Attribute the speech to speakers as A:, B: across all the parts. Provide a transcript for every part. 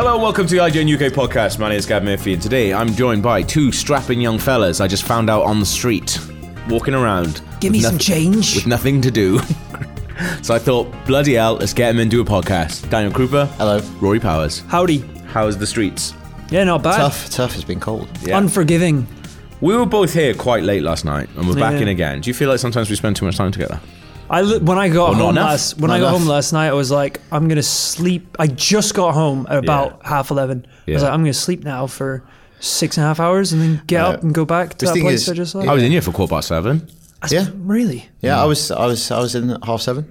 A: Hello and welcome to the IGN UK podcast. My name is Gab Murphy, and today I'm joined by two strapping young fellas I just found out on the street, walking around.
B: Give
A: with
B: me some change.
A: With nothing to do. so I thought, bloody hell, let's get them and do a podcast. Daniel Krupa.
C: Hello.
A: Rory Powers.
B: Howdy.
A: How's the streets?
B: Yeah, not bad.
C: Tough, tough. It's been cold.
A: Yeah.
B: Unforgiving.
A: We were both here quite late last night, and we're back
B: Yeah.
A: in again. Do you feel like sometimes we spend too much time together?
B: I li- when I got
A: Well, not
B: home
A: enough.
B: last when
C: Not
B: I got
C: enough.
B: home last night, I was like, I'm gonna sleep. I just got home at about half eleven. I was
A: Yeah.
B: like, I'm gonna sleep now for six and a half hours and then get up and go back to
C: This
B: that
C: thing
B: place
C: is-
B: I just saw.
A: I was in here for quarter past seven.
C: Yeah,
B: really?
C: yeah. I was, I was, I was in at half seven.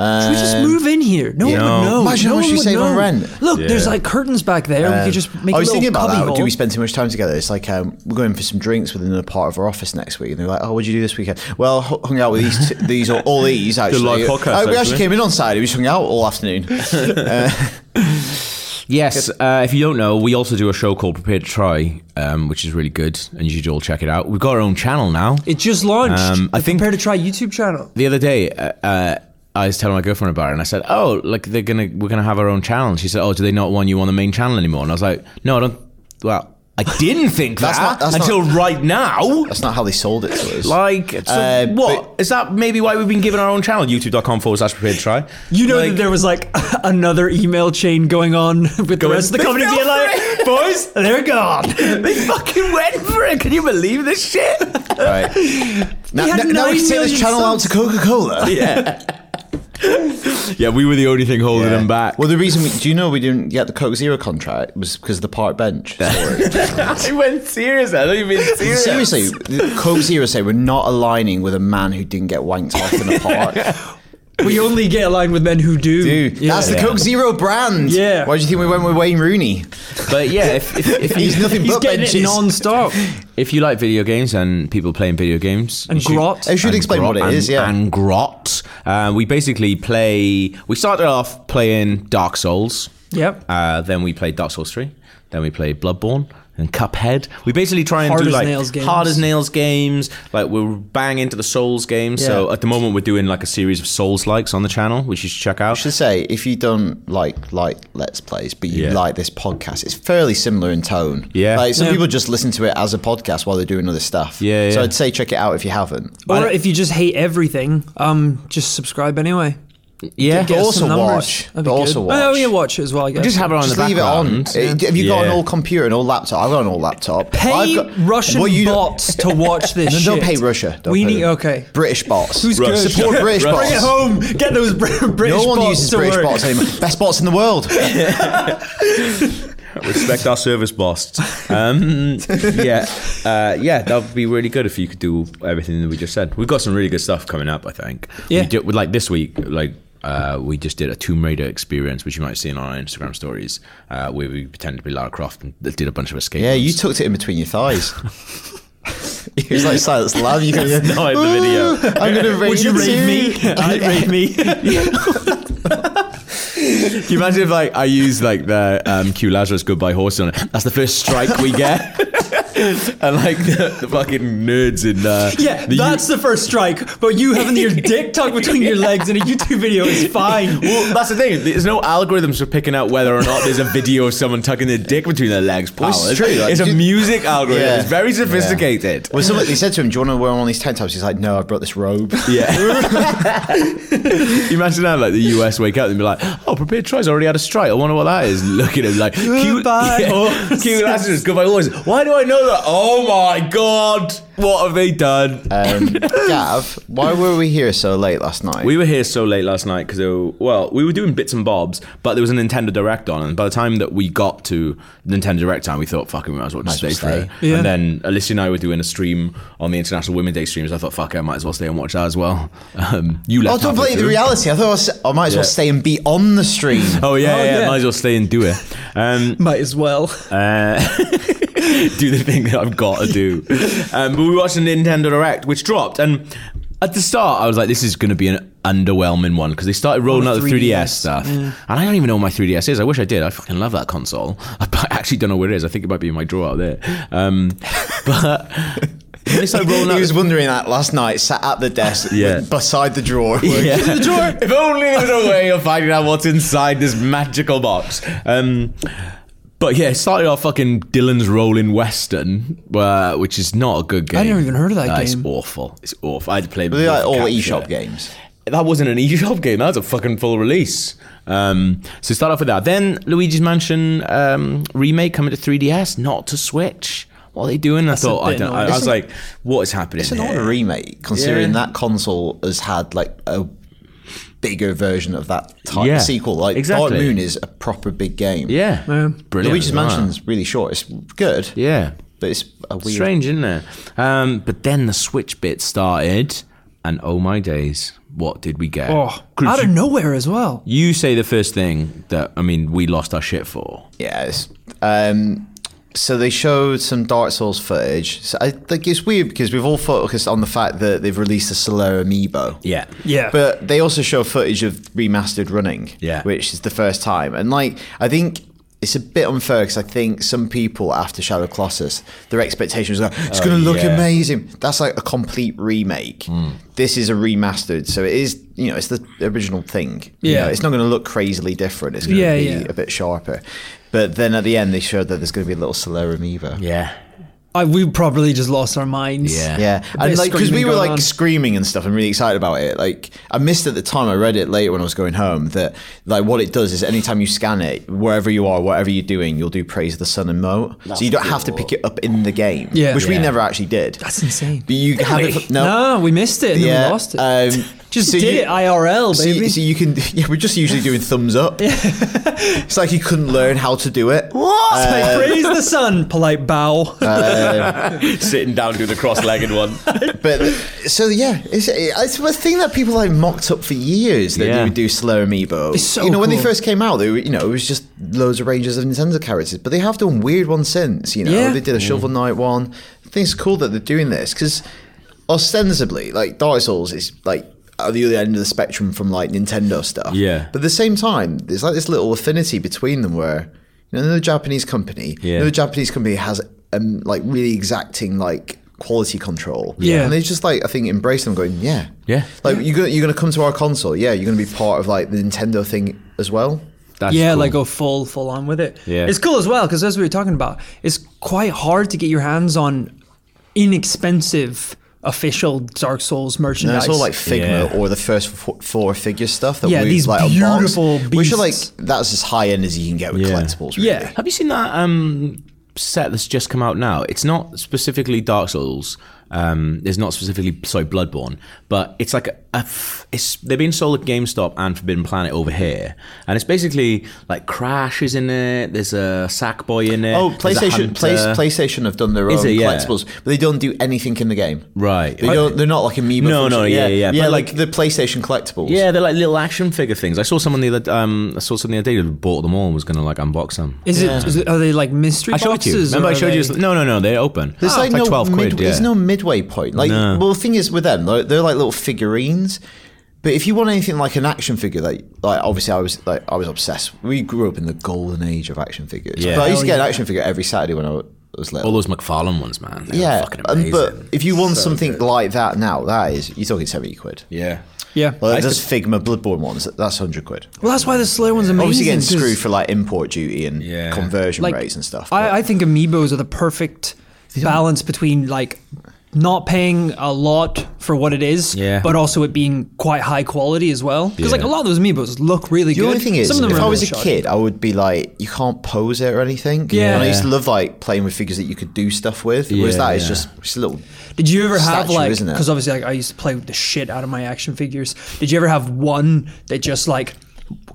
B: Should we just move in here? No
A: Yeah.
B: one would know.
C: Imagine
B: no
C: how
B: one
C: much Um, you
B: would
C: save on
B: know.
C: rent. Um,
B: Look, there's
A: Yeah.
B: like curtains back there. we could just make
C: I was
B: a little
C: thinking about that.
B: cubby
C: Do we
B: hole.
C: spend too much time together? It's like um, we're going for some drinks with another part of our office next week, and they're like, "Oh, what'd you do this weekend?" Well, h- hung out with these, t- these, or all these actually.
A: live podcast,
C: Uh, we actually
A: actually.
C: came in on Saturday. We just hung out all afternoon.
A: Yes, uh, if you don't know, we also do a show called Prepare to Try, um, which is really good, and you should all check it out. We've got our own channel now.
B: It just launched.
A: Um, I
B: I
A: think-
B: think prepare to try YouTube channel.
A: the other day, uh, uh, I was telling my girlfriend about it, and I said, "Oh, like they're gonna we're gonna have our own channel." And she said, "Oh, do they not want you on the main channel anymore?" And I was like, "No, I don't." Well, I didn't think
C: That's
A: that
C: not- that's
A: until right now.
C: That's not how they sold it to us.
A: Like, so
C: Uh,
A: what is that? Maybe why we've been given our own channel, YouTube.com forward slash Prepared to Try.
B: You know
A: Like-
B: that there was like another email chain going on with the
A: Going,
B: rest
A: "They
B: of the company
A: fell
B: being
A: for
B: like, boys, they're gone.
A: they fucking went for it. Can you believe this shit?
C: right. Now,
B: had
C: now, now we
B: nine
C: can take
B: million
C: this channel out
B: subs.
C: to Coca Cola.
A: yeah. yeah, we were the only thing holding them back.
C: Well, the reason we do you know we didn't get the Coke Zero contract was because of the park bench.
A: I went serious. I don't even serious.
C: Seriously, the Coke Zero say we're not aligning with a man who didn't get wanked off in a park.
B: We only get aligned with men who do.
C: Dude,
B: Yeah.
C: that's the
A: Yeah.
C: Coke Zero brand.
B: Yeah.
C: Why do you think we went with Wayne Rooney?
A: But yeah, if, if, if you-
C: He's nothing
B: He's
C: but
B: getting
C: benches.
B: it non-stop.
A: If you like video games and people playing video games,
B: And
A: you should-
B: grot.
C: I should
A: and
C: explain
A: grot
C: what it is.
A: and-
C: Yeah.
A: and grot. Uh, we basically play. We started off playing Dark Souls.
B: Yep.
A: Uh, then we played Dark Souls three. Then we played Bloodborne and Cuphead. We basically try and
B: Hard
A: do
B: as
A: like
B: nails games.
A: hard as nails games. Like we're bang into the Souls games. So
C: Yeah.
A: at the moment we're doing like a series of Souls likes on the channel, which you should check out.
C: I should say, if you don't like like Let's Plays, but you
A: Yeah.
C: like this podcast, it's fairly similar in tone.
A: Yeah.
C: Like some
B: Yeah.
C: people just listen to it as a podcast while they're doing other stuff.
A: Yeah,
C: So
A: yeah.
C: I'd say check it out if you haven't.
B: or if you just hate everything, um, just subscribe anyway.
A: yeah.
B: Get us
C: also
B: some numbers.
C: watch.
B: That'd be
C: But also
B: good. Oh,
C: watch.
B: yeah, watch it as well. I guess.
A: Just have it on
C: Just
A: the
C: leave it on.
A: background.
C: Uh, Have you got an
A: Yeah.
C: old computer, an old laptop? I've got an old laptop. I've
B: Pay
C: got,
B: Russian
C: Well, you don't-
B: bots to watch this.
C: No, don't
B: shit.
C: pay Russia. Don't
B: we
C: pay
B: need
C: them.
B: okay.
C: British bots.
B: Who's
A: Russia.
B: good?
C: Support British
A: Russia.
C: bots.
B: Bring it home. Get those Br- British
C: No one
B: bots
C: uses
B: to
C: British
B: work.
C: bots anymore. Best bots in the world.
A: Respect our service boss. Um, yeah, uh, yeah, that would be really good if you could do everything that we just said. We've got some really good stuff coming up. I think.
B: Yeah.
A: We did, like this week, like. Uh, we just did a Tomb Raider experience, which you might have seen on our Instagram stories, uh, where we pretended to be Lara Croft and did a bunch of escape.
C: Yeah, you
A: rooms.
C: tucked it in between your thighs. it was like Silence Lab. You can
A: not in the video.
C: I'm gonna raid
B: Would you
C: the
B: raid me?
C: two."
B: I'd raid me.
A: Can you imagine if like I use like the um, Q Lazarus Goodbye Horse on it? That's the first strike we get, and like the, the fucking nerds in uh,
B: Yeah,
A: the
B: that's the first strike. But you having your dick tucked between your legs in a YouTube video is fine.
A: Well, that's the thing. There's no algorithms for picking out whether or not there's a video of someone tucking their dick between their legs. Pal.
C: it's true, like,
A: it's a
C: you-
A: music algorithm.
C: Yeah.
A: It's very sophisticated.
C: Well, somebody they said to him, "Do you want to wear one of these tank tops?" He's like, "No, I brought this robe."
A: Yeah. You Imagine how like the US wake up and be like, "Oh, prepared tries already had a strike. I wonder what that is." And look at him like, "Cute,
B: Goodbye,
A: yeah,
B: horse."
A: cute asses, goodbye horse." Why do I know like, oh my god, Uh, what have they done?
C: Um, Gav, why were we here so late last night? Oh,
A: we were here so late last night because well, we were doing bits and bobs, but there was a Nintendo Direct on, and by the time that we got to Nintendo Direct time, we thought, "Fucking, we might as well just
C: Might
A: stay,
C: as well
A: for
C: stay.
A: it." And then Alicia and I were doing a stream on the International Women's Day streams. I thought, "Fuck, it, I might as well stay and watch that as well." Um, you
C: oh,
A: left.
C: don't
A: halfway
C: play the
A: through.
C: reality. I thought I, was, I might as well
A: Yeah.
C: stay and be on the stream.
A: Oh yeah,
B: Oh,
A: yeah,
B: yeah.
A: might as well stay and do it. Um,
B: Might as well.
A: Uh, do the thing that I've got to do. Um, but we watched a Nintendo Direct, which dropped, and at the start I was like, "This is going to be an underwhelming one" because they started rolling
B: Oh,
A: out the 3DS,
B: 3DS,
A: stuff, and I don't even know where my 3DS is. I wish I did. I fucking love that console. I actually don't know where it is. I think it might be in my drawer out there. Um, but when they started rolling
C: He
A: out.
C: was wondering that last night, sat at the desk,
A: Yeah.
C: beside the drawer.
A: the drawer. If only there was a way of finding out what's inside this magical box. Um, but yeah, it started off fucking Dylan's Rolling Western, uh, which is not a good game.
B: I never even heard of that
A: Uh, It's
B: game.
A: awful. It's awful. I had to play.
C: They're like all eShop games.
A: That wasn't an eShop game. That was a fucking full release. Um, so start off with that. Then Luigi's Mansion um, remake coming to 3DS, not to Switch. What are they doing? I thought I,
B: bit
A: don't, I, I
B: annoying.
A: was like, what is happening?
C: It's an
A: here?
C: odd remake, considering
A: Yeah.
C: that console has had like a bigger version of that type
A: Yeah,
C: sequel. Like
A: exactly.
C: Dark Moon is a proper big game.
A: Yeah, brilliant.
C: Luigi's
A: as well.
C: Mansion's really short. It's good,
A: Yeah.
C: but it's a weird.
A: Strange, isn't it? Um, but then the Switch bit started, and oh my days, what did we get?
B: Oh,
A: Chris,
B: out of
A: you,
B: nowhere as well.
A: you say the first thing that I mean we lost our shit for.
C: Yeah. It's, um, so they showed some Dark Souls footage. So I think it's weird because we've all focused on the fact that they've released the Solera amiibo.
A: Yeah,
B: Yeah.
C: But they also show footage of remastered running,
A: Yeah.
C: which is the first time. And like, I think it's a bit unfair because I think some people after Shadow Colossus, their expectation was like,
B: Oh,
C: it's going to look
A: yeah.
C: amazing. That's like a complete remake.
B: Hmm.
C: This is a remastered, so it is, you know, it's the original thing. You
B: Yeah.
C: know, it's not going to look crazily different. It's going to
B: Yeah,
C: be
B: yeah.
C: a bit sharper. But then at the end, they showed that there's going to be a little Solera Amiibo.
A: yeah,
B: I, we probably just lost our minds.
A: Yeah.
C: Yeah,
B: A bit
C: and
B: of
C: like because
B: screaming
C: we were
B: going
C: like
B: on.
C: screaming and stuff, I'm really excited about it. Like I missed at the time, I read it later when I was going home. That like what it does is anytime you scan it, wherever you are, whatever you're doing, you'll do praise of the sun and moat. so you don't have to pick it up in the game,
B: Yeah.
C: which we
A: Yeah.
C: never actually did.
B: That's insane.
C: But you have it. for- No,
B: No, we missed it and then
C: yeah,
B: we lost it.
C: Um,
B: just
C: so
B: did
C: you-
B: it IRL,
C: So
B: baby.
C: you, so you can, yeah, we're just usually doing thumbs up. it's like you couldn't learn how to do it.
B: what? I
C: Uh,
B: praise the sun. Polite bow.
A: sitting down doing the cross-legged one.
C: But so yeah, it's, it's a thing that people like mocked up for years that
A: Yeah.
C: they would do Slow Amiibo.
B: It's so
C: you know, when they
B: cool.
C: first came out, they were, you know it was just loads of ranges of Nintendo characters, but they have done weird ones since. You know,
B: Yeah.
C: they did a Shovel Knight one. I think it's cool that they're doing this because ostensibly, like Dark Souls is like at the other end of the spectrum from like Nintendo stuff.
A: Yeah.
C: But at the same time, there's like this little affinity between them where you know another Japanese company,
A: Yeah.
C: another Japanese company has um, like really exacting like quality control.
B: Yeah.
C: And they just like I think embrace them going, yeah.
A: Yeah.
C: Like you're gonna you're gonna come to our console, yeah, you're gonna be part of like the Nintendo thing as well.
A: That's
B: yeah,
A: cool.
B: like go full full on with it.
A: Yeah.
B: It's cool as well because as we were talking about, it's quite hard to get your hands on inexpensive official Dark Souls
C: And
B: merchandise.
C: it's all like Figma
A: Yeah.
C: or the first f- four figure stuff that
B: Yeah,
C: moves
B: these
C: like a
B: beautiful
C: box. Which are like
B: beasts.
C: that's as high end as you can get with
A: Yeah.
C: collectibles. Really.
B: yeah,
A: Have you seen that um, set that's just come out now? It's not specifically Dark Souls. Um, it's not specifically sorry Bloodborne, but it's like a, a f- it's they're being sold at GameStop and Forbidden Planet over here, and it's basically like Crash is in it. There's a Sackboy in it.
C: Oh,
A: there's a
C: PlayStation! Play,
A: Hunter.
C: PlayStation have done their own
A: Is it? Yeah.
C: collectibles, but they don't do anything in the game.
A: Right.
C: They
A: Are
C: don't. They're not like amiibo.
A: No,
C: function.
A: no, yeah, yeah,
C: yeah.
A: but
C: Like,
A: like-
C: the PlayStation collectibles.
A: Yeah, they're like little action figure things. I saw someone the other um, I saw someone the other day that bought them all and was gonna like unbox them.
B: Is it? Is it? Are they like mystery
A: I showed you.
B: boxes?
A: Remember,
B: or
A: I
B: are
A: showed you.
B: they-
A: No, no, no. They're open. Oh,
C: There's
A: It's
C: like, no
A: twelve
C: mid-
A: quid. Yeah.
C: There's no midway point. Like,
A: No.
C: well, the thing is with them, they're, they're like little figurines. But if you want anything like an action figure, like, like obviously I was like I was obsessed. We grew up in the golden age of action figures.
A: Yeah.
C: But I used
B: Hell
C: to get an
B: yeah.
C: action figure every Saturday when I wa- was little.
A: all those McFarlane ones, man. They're
C: yeah,
A: fucking
C: and-
A: amazing.
C: but if you want something like that now, that is you're talking seventy quid.
A: yeah.
B: Yeah. Well,
C: Like those Figma Bloodborne ones, that's hundred quid.
B: that's why the Slayer one's amazing.
C: Obviously, getting
B: 'cause,
C: screwed for like import duty and
A: Yeah.
C: conversion
B: like,
C: rates and stuff. but-
B: I, I think amiibos are the perfect balance between like not paying a lot for what it is,
A: Yeah.
B: but also it being quite high quality as well. Because like
A: Yeah.
B: a lot of those amiibos look really
C: The
B: good.
C: only thing is,
B: Some of them
C: if
B: are
C: I was a
B: really shot.
C: kid, I would be like, you can't pose it or anything.
B: Yeah.
C: And I used to love like playing with figures that you could do stuff with. Whereas
A: Yeah,
C: that is
A: yeah.
C: just it's a little.
B: Did you ever have
C: statue,
B: like?
C: isn't it?
B: Because obviously, like I used to play with the shit out of my action figures. Did you ever have one that just like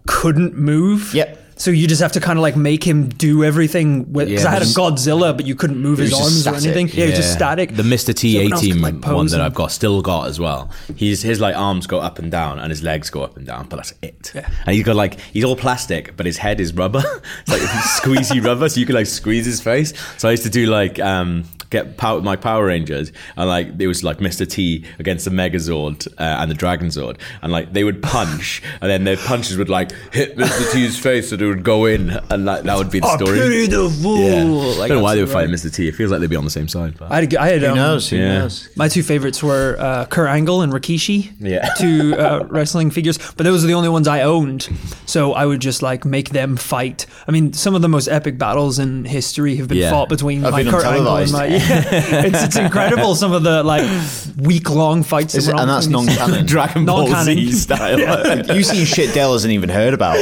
B: couldn't move?
C: Yep.
B: So you just have to kind of like make him do everything with. Because
A: Yeah,
B: I had a
A: just-
B: Godzilla, but you couldn't move his
C: was just
B: arms or
C: static.
B: anything. Yeah, he was just static.
A: The Mr. T
B: So
A: A
B: everyone else could,
A: team
B: like, pose
A: one that
B: and-
A: I've got still got as well. He's his like arms go up and down and his legs go up and down, but that's it.
B: Yeah.
A: And he's got like he's all plastic, but his head is rubber. it's like squeezy rubber, so you can like squeeze his face. So I used to do like um get power my Power Rangers and like it was like Mr. T against the Megazord uh, and the Dragon Zord and like they would punch and then their punches would like hit Mr. T's face and it would go in and like that would be the
B: Oh,
A: story.
B: beautiful.
A: Yeah.
B: Like,
A: don't know why they were
B: absolutely
A: fighting Mr. T. It feels like they'd be on the same side. But.
B: I had, a g- I had
C: Who
B: um,
C: knows? Who
A: yeah.
C: knows?
B: My two favorites were uh, Kurt Angle and Rikishi.
A: Yeah.
B: Two uh, wrestling figures, but those are the only ones I owned. So I would just like make them fight. I mean, some of the most epic battles in history have been
A: Yeah.
B: fought between
C: Have
B: my
C: been
B: Kurt Angle and
C: untelevised.
B: my. Yeah. it's, it's incredible. Some of the like week long fights.
C: Is
B: that
C: it,
B: were on
C: and that's
B: between
C: non
B: these-
C: canon.
A: Dragon Ball
B: Non-canon.
A: Z style.
C: You've seen shit Dale hasn't even heard about.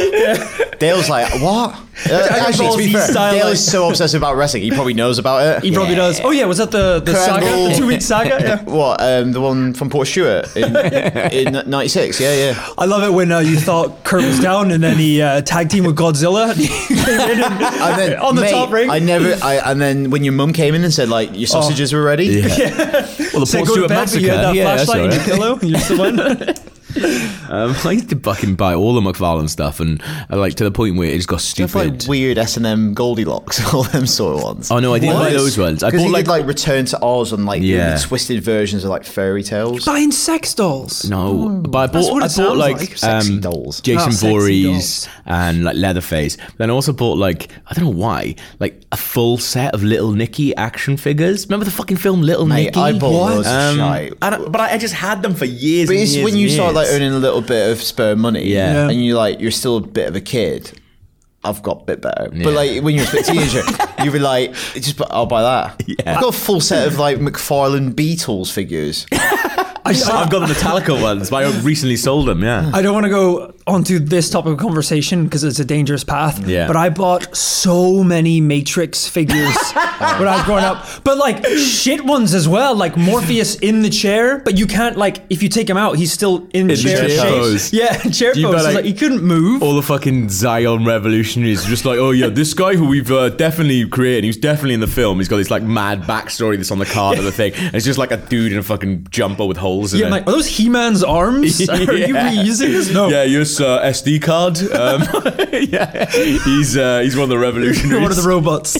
C: Dale's like, what? Uh, actually,
B: Ball
C: to
B: Z
C: be fair,
B: style,
C: Dale
B: like-
C: is so obsessed about wrestling. He probably knows about it.
B: He probably does. Oh yeah, was that the the
C: Kurt
B: saga, the
C: Angle.
B: two week saga? Yeah.
C: What? Um, the one from Port Stewart in in '96? Yeah, yeah.
B: I love it when uh, you thought Kurt was down and then he uh, tag team with Godzilla.
C: And then,
B: On the
C: mate,
B: top ring. Oh.
C: I never. I, and then when your mum came in and said like your sausages were ready.
A: Well, the
B: Say go to bed, but you had that flashlight in your pillow. and You're just the one.
A: Um, I used to fucking buy all the McFarlane stuff, and uh, like to the point where it just got
C: Stuff
A: stupid.
C: like weird S and M Goldilocks, all them sort of ones.
A: Oh, no, I didn't buy those ones. I
C: Because
A: bought,
C: he
A: like-
C: did like Return to Oz and like
A: Yeah.
C: the twisted versions of like fairy tales.
B: buying sex dolls.
A: no, but I
B: That's
A: bought
B: what
A: I
B: it
A: bought
B: sounds
A: like,
C: like. Sexy
A: um,
C: dolls.
A: Jason
B: Oh, sexy
A: Voorhees
B: dolls.
A: and like Leatherface. Then I also bought like I don't know why like a full set of Little Nicky action figures. Remember the fucking film Little
C: Mate,
A: Nicky?
C: I bought loads of
A: Um,
C: shite.
A: I don't- but I, I just had them for years.
C: But
A: and
C: it's
A: years
C: when
A: and
C: you start like
A: years.
C: earning a little bit of spare money,
A: Yeah. Yeah.
C: and you like you're still a bit of a kid. I've got a bit better,
A: Yeah.
C: but like when you're a bit teenager, you were like, "Just bu- I'll buy that."
A: Yeah.
C: I've got a full set of like McFarlane Beatles figures.
A: I've got the Metallica ones, but I recently sold them. Yeah.
B: I don't want to go onto this topic of conversation because it's a dangerous path.
A: Yeah.
B: But I bought so many Matrix figures when I was growing up. But like shit ones as well, like Morpheus in the chair, but you can't like if you take him out, he's still in the
A: the
B: chair.
A: chair
B: shape.
A: pose.
B: Yeah, chair
A: You
B: pose.
A: got,
B: It's
A: like-
B: like, he couldn't move.
A: all the fucking Zion revolutionaries are just like, oh yeah, this guy who we've uh, definitely created, who's definitely in the film, he's got this like mad backstory that's on the card of the thing. And it's just like a dude in a fucking jumper with holes in
B: Yeah, I'm
A: it.
B: like, are those He-Man's arms? Are you
A: Yeah.
B: reusing this? No.
A: Yeah, your uh, SD card. Um, yeah, he's uh, he's one of the revolutionaries.
B: One of the robots.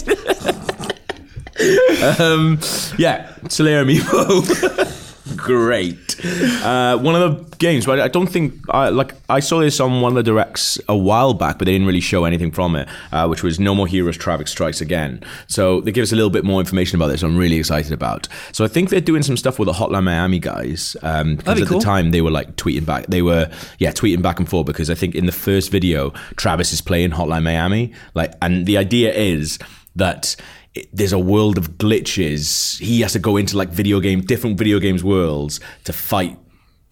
A: um, yeah, Solera Amiibo. Great. Uh, one of the games, but I don't think I like. I saw this on one of the directs a while back, but they didn't really show anything from it, uh, which was No More Heroes: Traffic Strikes Again. So they give us a little bit more information about this. I'm really excited about. So I think they're doing some stuff with the Hotline Miami guys. Um, because
B: be
A: at
B: cool.
A: the time they were like tweeting back. They were yeah tweeting back and forth because I think in the first video Travis is playing Hotline Miami. Like, and the idea is that it- there's a world of glitches. He has to go into like video game, different video games worlds to fight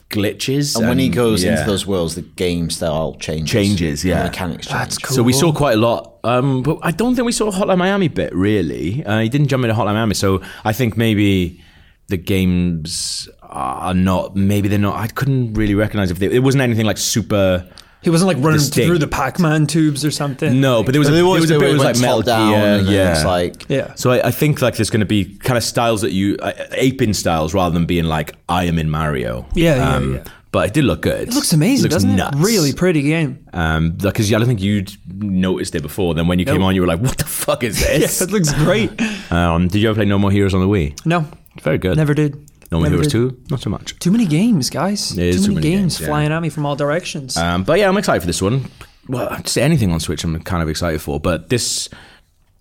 A: glitches.
C: And when he goes
A: yeah.
C: into those worlds, the game style changes.
A: Changes,
C: The
A: yeah.
C: mechanics change. That's
A: So we saw quite a lot, um, but I don't think we saw a Hotline Miami bit really. Uh, he didn't jump into Hotline Miami, so I think maybe the games are not. Maybe they're not. I couldn't really recognize if they, it wasn't anything like super.
B: He wasn't like running
A: Distinct.
B: through the Pac-Man tubes or something.
A: No, but there was a, there was a bit was like Metal
C: down.
A: Gear,
C: and then
A: yeah.
C: It's like
B: Yeah.
A: So I, I think like there's going to be kind of styles that you uh, aping styles rather than being like I am in Mario. Um,
B: Yeah, yeah, yeah.
A: But it did look good. It
B: Looks amazing,
A: looks
B: doesn't
A: nuts.
B: it? Really pretty game.
A: Um, because yeah, I don't think you'd noticed it before. Then when you came
B: Nope.
A: on, you were like, "What the fuck is
B: Yes,
A: this?"
B: it looks great.
A: um, did you ever play No More Heroes on the Wii?
B: No,
A: Very good.
B: never did.
A: No More
B: Never
A: Heroes
B: did.
A: Two, not so much.
B: Too many games, guys.
A: It is
B: too, many games,
A: yeah.
B: flying at me from all directions.
A: Um, but yeah, I'm excited for this one. Well, I'd say anything on Switch, I'm kind of excited for. But this,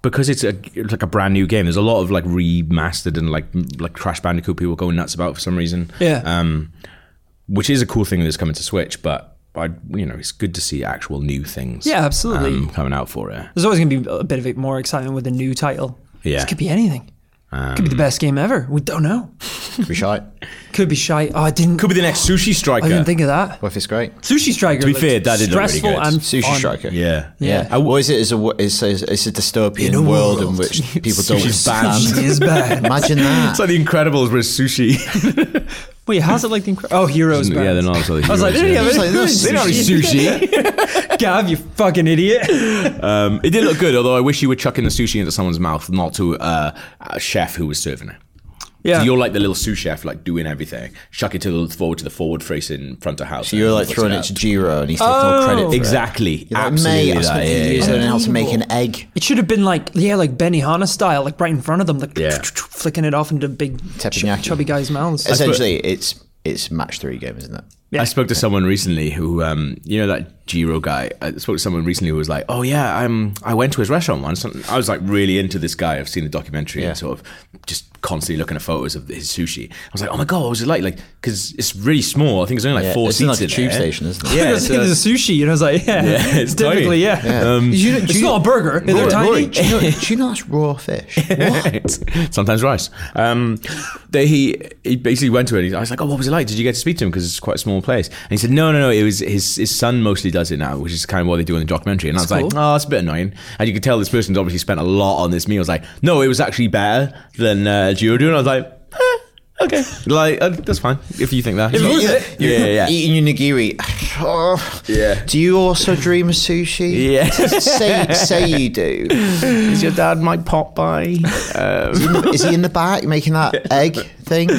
A: because it's a it's like a brand new game. There's a lot of like remastered and like m- like Crash Bandicoot people going nuts about for some reason.
B: Yeah.
A: Um, which is a cool thing that's coming to Switch, but I you know it's good to see actual new things.
B: Yeah, absolutely.
A: um, coming out for it.
B: There's always going to be a bit of it more excitement with a new title.
A: Yeah. Um,
B: This could be anything. Could be the best game ever. We don't know.
C: Be shite.
B: Could be shite. Oh, I didn't.
A: Could be the next Sushi Striker.
B: I didn't think of that.
C: What if it's great?
B: Sushi Striker.
A: To be
B: looked
A: fair, that did look really
B: stressful
A: good.
B: and
C: Sushi
B: fun.
C: Striker.
A: yeah.
B: Yeah.
C: Yeah. Uh, What is it? Is a wo- it's a, it's a dystopian
B: a
C: world, in
B: world.
C: which people don't
A: Sushi's banned.
B: Sushi
C: understand.
B: is bad.
C: Imagine that.
A: It's like The Incredibles with sushi.
B: Wait, how's it like the Incre- Oh, Heroes bad.
A: yeah, they're not.
B: I was like, they
C: It's like, no
B: don't
C: sushi.
A: sushi.
B: Gav, you fucking idiot.
A: um, it did look good, although I wish you were chucking the sushi into someone's mouth, not to uh, a chef who was serving it.
B: Yeah.
A: So you're like the little sous chef, like doing everything. Chuck it to the forward to the forward facing front of house.
C: You're like throwing it to Jiro, and he's taking all credit. For
A: Exactly.
C: It. You're like,
A: Absolutely.
C: mate, I
A: that,
C: spent
A: yeah,
C: years
A: yeah.
C: learning how to make an egg.
B: It should have been like, yeah, like Benihana style, like right in front of them, like
A: Yeah.
B: flicking it off into big
C: Teppanyaki.
B: ch- chubby guys' mouths.
C: Essentially, it's it's match three game, isn't it?
B: Yeah.
A: I spoke to someone recently who, um, you know, that Giro guy. I spoke to someone recently who was like, "Oh yeah, I'm, I went to his restaurant once. and I was like really into this guy. I've seen the documentary
C: Yeah.
A: and sort of just constantly looking at photos of his sushi. I was like, "Oh my god, what was it like? Like, because it's really small. I think it's only like
C: Yeah,
A: four
C: it's in,
A: seats
C: like, a
A: in
C: tube
A: there.
C: station, isn't it?
A: Yeah, uh,
B: It was
A: so-
B: the sushi, and I was like, yeah,
A: Yeah, it's
B: typically,
A: tiny.
B: yeah.
C: You know-
B: it's not a burger. They're
C: Rory,
B: tiny.
C: Rory, do, you know, do you know that's raw fish?
A: Sometimes rice. Um, they, he he basically went to it. He- I was like, "Oh, what was it like? Did you get to speak to him? Because it's quite a small place." And he said, "No, no, no. It was his his son mostly does it now, which is kind of what they do in the documentary." And I was
B: cool.
A: like, "Oh, that's a bit annoying." And you could tell this person's obviously spent a lot on this meal. I was like, "No, it was actually better than uh, you were doing." I was like, eh, "Okay, like uh, that's fine if you think that."
C: You- you-
A: Yeah, yeah, yeah.
C: Eating your nigiri. Oh,
A: Yeah.
C: Do you also dream of sushi?
A: Yeah.
C: say, say you do.
A: Is your dad Mike pop by?
C: Is he in the back making that egg thing?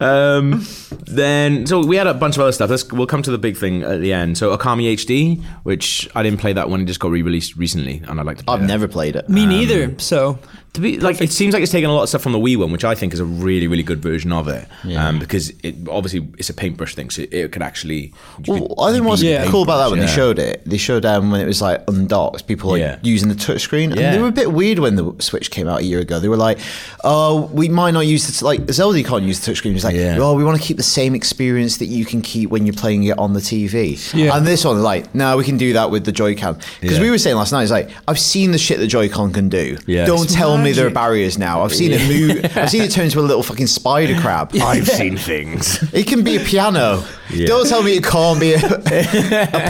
A: Um, then, so we had a bunch of other stuff. Let's, we'll come to the big thing at the end. So, Akami HD, which I didn't play that one, it just got re released recently, and I'd like to play
C: I've
A: that.
C: never played it.
B: Me neither. So
A: To be, like, it seems like it's taken a lot of stuff from the Wii one, which I think is a really, really good version of it.
C: Yeah.
A: Um, because it obviously it's a paintbrush thing, so it could actually. you
C: Well,
A: could-
C: I think what's
B: Yeah.
C: cool about that when
A: Yeah.
C: they showed it, they showed um, when it was like undocked, people like
A: Yeah.
C: using the touch screen. And
A: Yeah.
C: they were a bit weird when the Switch came out a year ago. They were like, "Oh, we might not use the t- like Zelda can't use the touch screen." It's like,
A: Yeah.
C: "Well, we want to keep the same experience that you can keep when you're playing it on the TV."
B: Yeah.
C: And this one, like, no, we can do that with the Joy-Con because
A: Yeah.
C: we were saying last night, it's like I've seen the shit the Joy-Con can do.
A: Yeah.
C: Don't
A: It's
C: tell me there are
B: magic.
C: barriers now. I've seen it move. I've seen it turn into a little fucking spider crab.
A: I've seen things.
C: It can be a piano.
A: Yeah.
C: Don't tell me it can't be a, a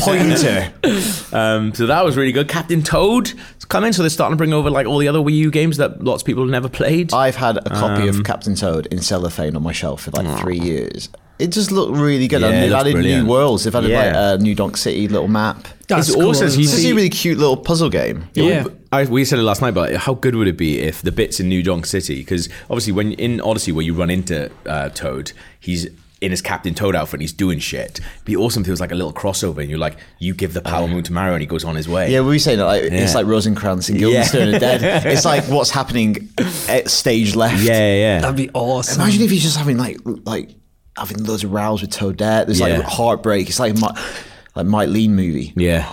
C: pointer.
A: Um, so that was really good. Captain Toad is coming, so they're starting to bring over like all the other Wii U games that lots of people have never played.
C: I've had a copy
A: Um,
C: of Captain Toad in cellophane on my shelf for like three years. It just looked really good.
A: Yeah, it
C: and they've
A: looks
C: added
A: brilliant.
C: new worlds. They've added
A: Yeah.
C: like a new Donk City little map.
B: that's
A: It's
B: cool.
A: also-
B: isn't
A: he's-
C: It's
B: it?
C: just a really cute little puzzle game.
B: yeah.
A: I, we said it last night, but how good would it be if the bits in New Donk City? Because obviously, when in Odyssey, where you run into uh, Toad, he's in his Captain Toad outfit and he's doing shit. It'd be awesome if there was like a little crossover and you're like, you give the power moon to Mario and he goes on his way.
C: Yeah, we were saying that like, it's
A: Yeah.
C: like Rosencrantz and Guildenstern are dead. It's like what's happening at stage left.
A: yeah, yeah.
C: Um,
A: yeah.
B: That'd be awesome.
C: Imagine if he's just having like like having loads of rows with Toadette. There's like
A: Yeah.
C: heartbreak. It's like Mi- like Mike Lean movie.
A: Yeah.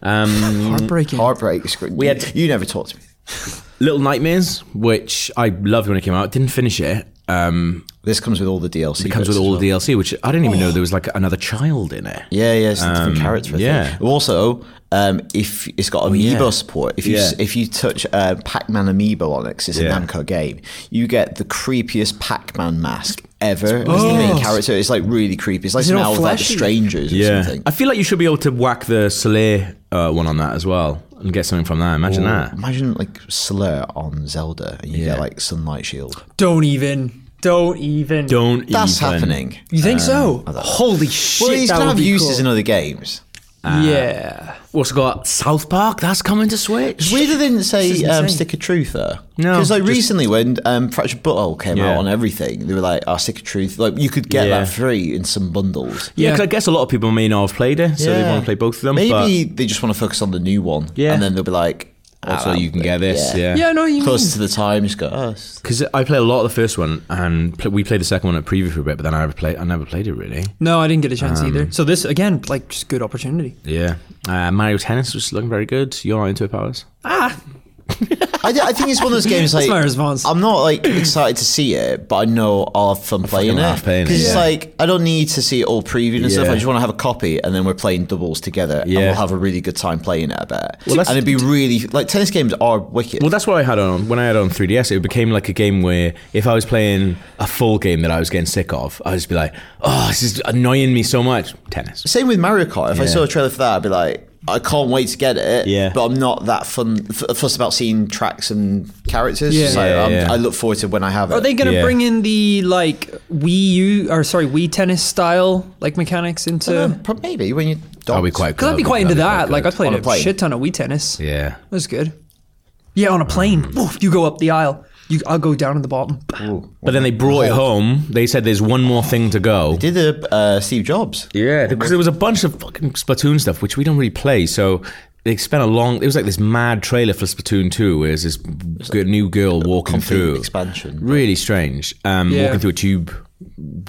A: Um,
B: Heartbreaking.
C: Heartbreak. is great.
A: We had-
C: you never talked to me.
A: Little Nightmares, which I loved when it came out, didn't finish it. Um,
C: This comes with all the DLC.
A: it comes with all the DLC, which I didn't even
C: Oh.
A: know there was like another child in it.
C: Yeah, yeah, it's a different character. I think.
A: Um, yeah.
C: Also, um, if it's got amiibo
A: Oh, yeah.
C: support, if you s
A: Yeah.
C: if you touch uh, Pac-Man amiibo on it, 'cause it's
A: Yeah.
C: a Namco game, you get the creepiest Pac-Man mask ever. It's the
A: Oh.
C: main character. It's like really creepy. It's like
B: it all
C: now with like the
B: fleshy?
C: strangers or something.
A: I feel like you should be able to whack the Soleil uh, one on that as well and get something from that. Imagine that.
C: Imagine like Slur on Zelda, and you
A: Yeah.
C: get like Sunlight Shield.
B: Don't even. Don't even.
A: Don't
C: That's
A: even.
C: happening.
B: You think so? Holy shit!
C: Well, he's
B: that
C: gonna
B: would
C: have
B: be
C: uses
B: cool.
C: in other games.
B: yeah.
A: We also got South Park. That's coming to Switch.
C: It's weird they didn't say
B: is
C: um,
B: insane.
C: stick of truth though.
A: No,
C: because like
A: just-
C: recently when um, Fractured Butthole came
A: Yeah.
C: out on everything, they were like, "Our stick of truth." Like you could get
A: Yeah.
C: that free in some bundles.
A: Yeah, 'cause
B: Yeah.
A: I guess a lot of people may not have played it, so they
C: Yeah.
A: want to play both of them.
C: Maybe they just want to focus on the new one.
A: Yeah.
C: and then they'll be like, "Ah,
A: but also you can get this. Ah, Yeah.
B: Yeah, I know what you mean.
C: Close to the time, just go. Oh, it's-
A: Because I played a lot of the first one, and pl- we played the second one at preview for a bit, but then I never played. I never played it really.
B: No, I didn't get a chance either. So this again, like, just good opportunity.
A: Yeah, uh, Mario Tennis was looking very good. You're not into it, Powers?
B: Ah,
C: I, d- I think it's one of those games like
B: That's my response.
C: I'm not like excited to see it, but I know I'll have fun playing
A: fucking
C: it
A: laugh playing it,
C: because it's
A: yeah.
C: like I don't need to see it all previewed and stuff.
A: Yeah.
C: I just want to have a copy, and then we're playing doubles together, and
A: Yeah.
C: we'll have a really good time playing it. I bet,
A: Well, that's-
C: and it'd be really like tennis games are wicked.
A: Well, that's what I had on when I had on 3DS. It became like a game where if I was playing a full game that I was getting sick of, I'd just be like, "Oh, this is annoying me so much." Tennis.
C: Same with Mario Kart. If I saw a trailer for that, I'd be like, I can't wait to get it.
A: Yeah.
C: But I'm not that fun f- fussed about seeing tracks and characters.
B: Yeah.
C: So
A: Yeah,
C: I'm-
A: yeah.
C: I look forward to when I have it.
B: Are they going to
A: Yeah.
B: bring in the like Wii U or sorry Wii tennis style like mechanics into?
C: Um, Prob- Maybe when you.
A: I'll be quite.
B: Because I'd be
A: good.
B: quite into that.
A: That'd be
B: Like I played
C: On a
B: a
C: plane.
B: shit ton of Wii tennis.
A: quite good. yeah. Mm.
B: It was good. Yeah, on a plane. Oof, you go up the aisle. You, I'll go down to the bottom.
A: But then they brought it home. They said there's one more thing to go.
C: Did the uh, Steve Jobs?
A: Yeah, because there was a bunch of fucking Splatoon stuff which we don't really play. So they spent a long. It was like this mad trailer for Splatoon Two, where there's this g- new girl walking
C: complete
A: through
C: expansion.
A: Really strange. Um,
B: Yeah.
A: Walking through a tube,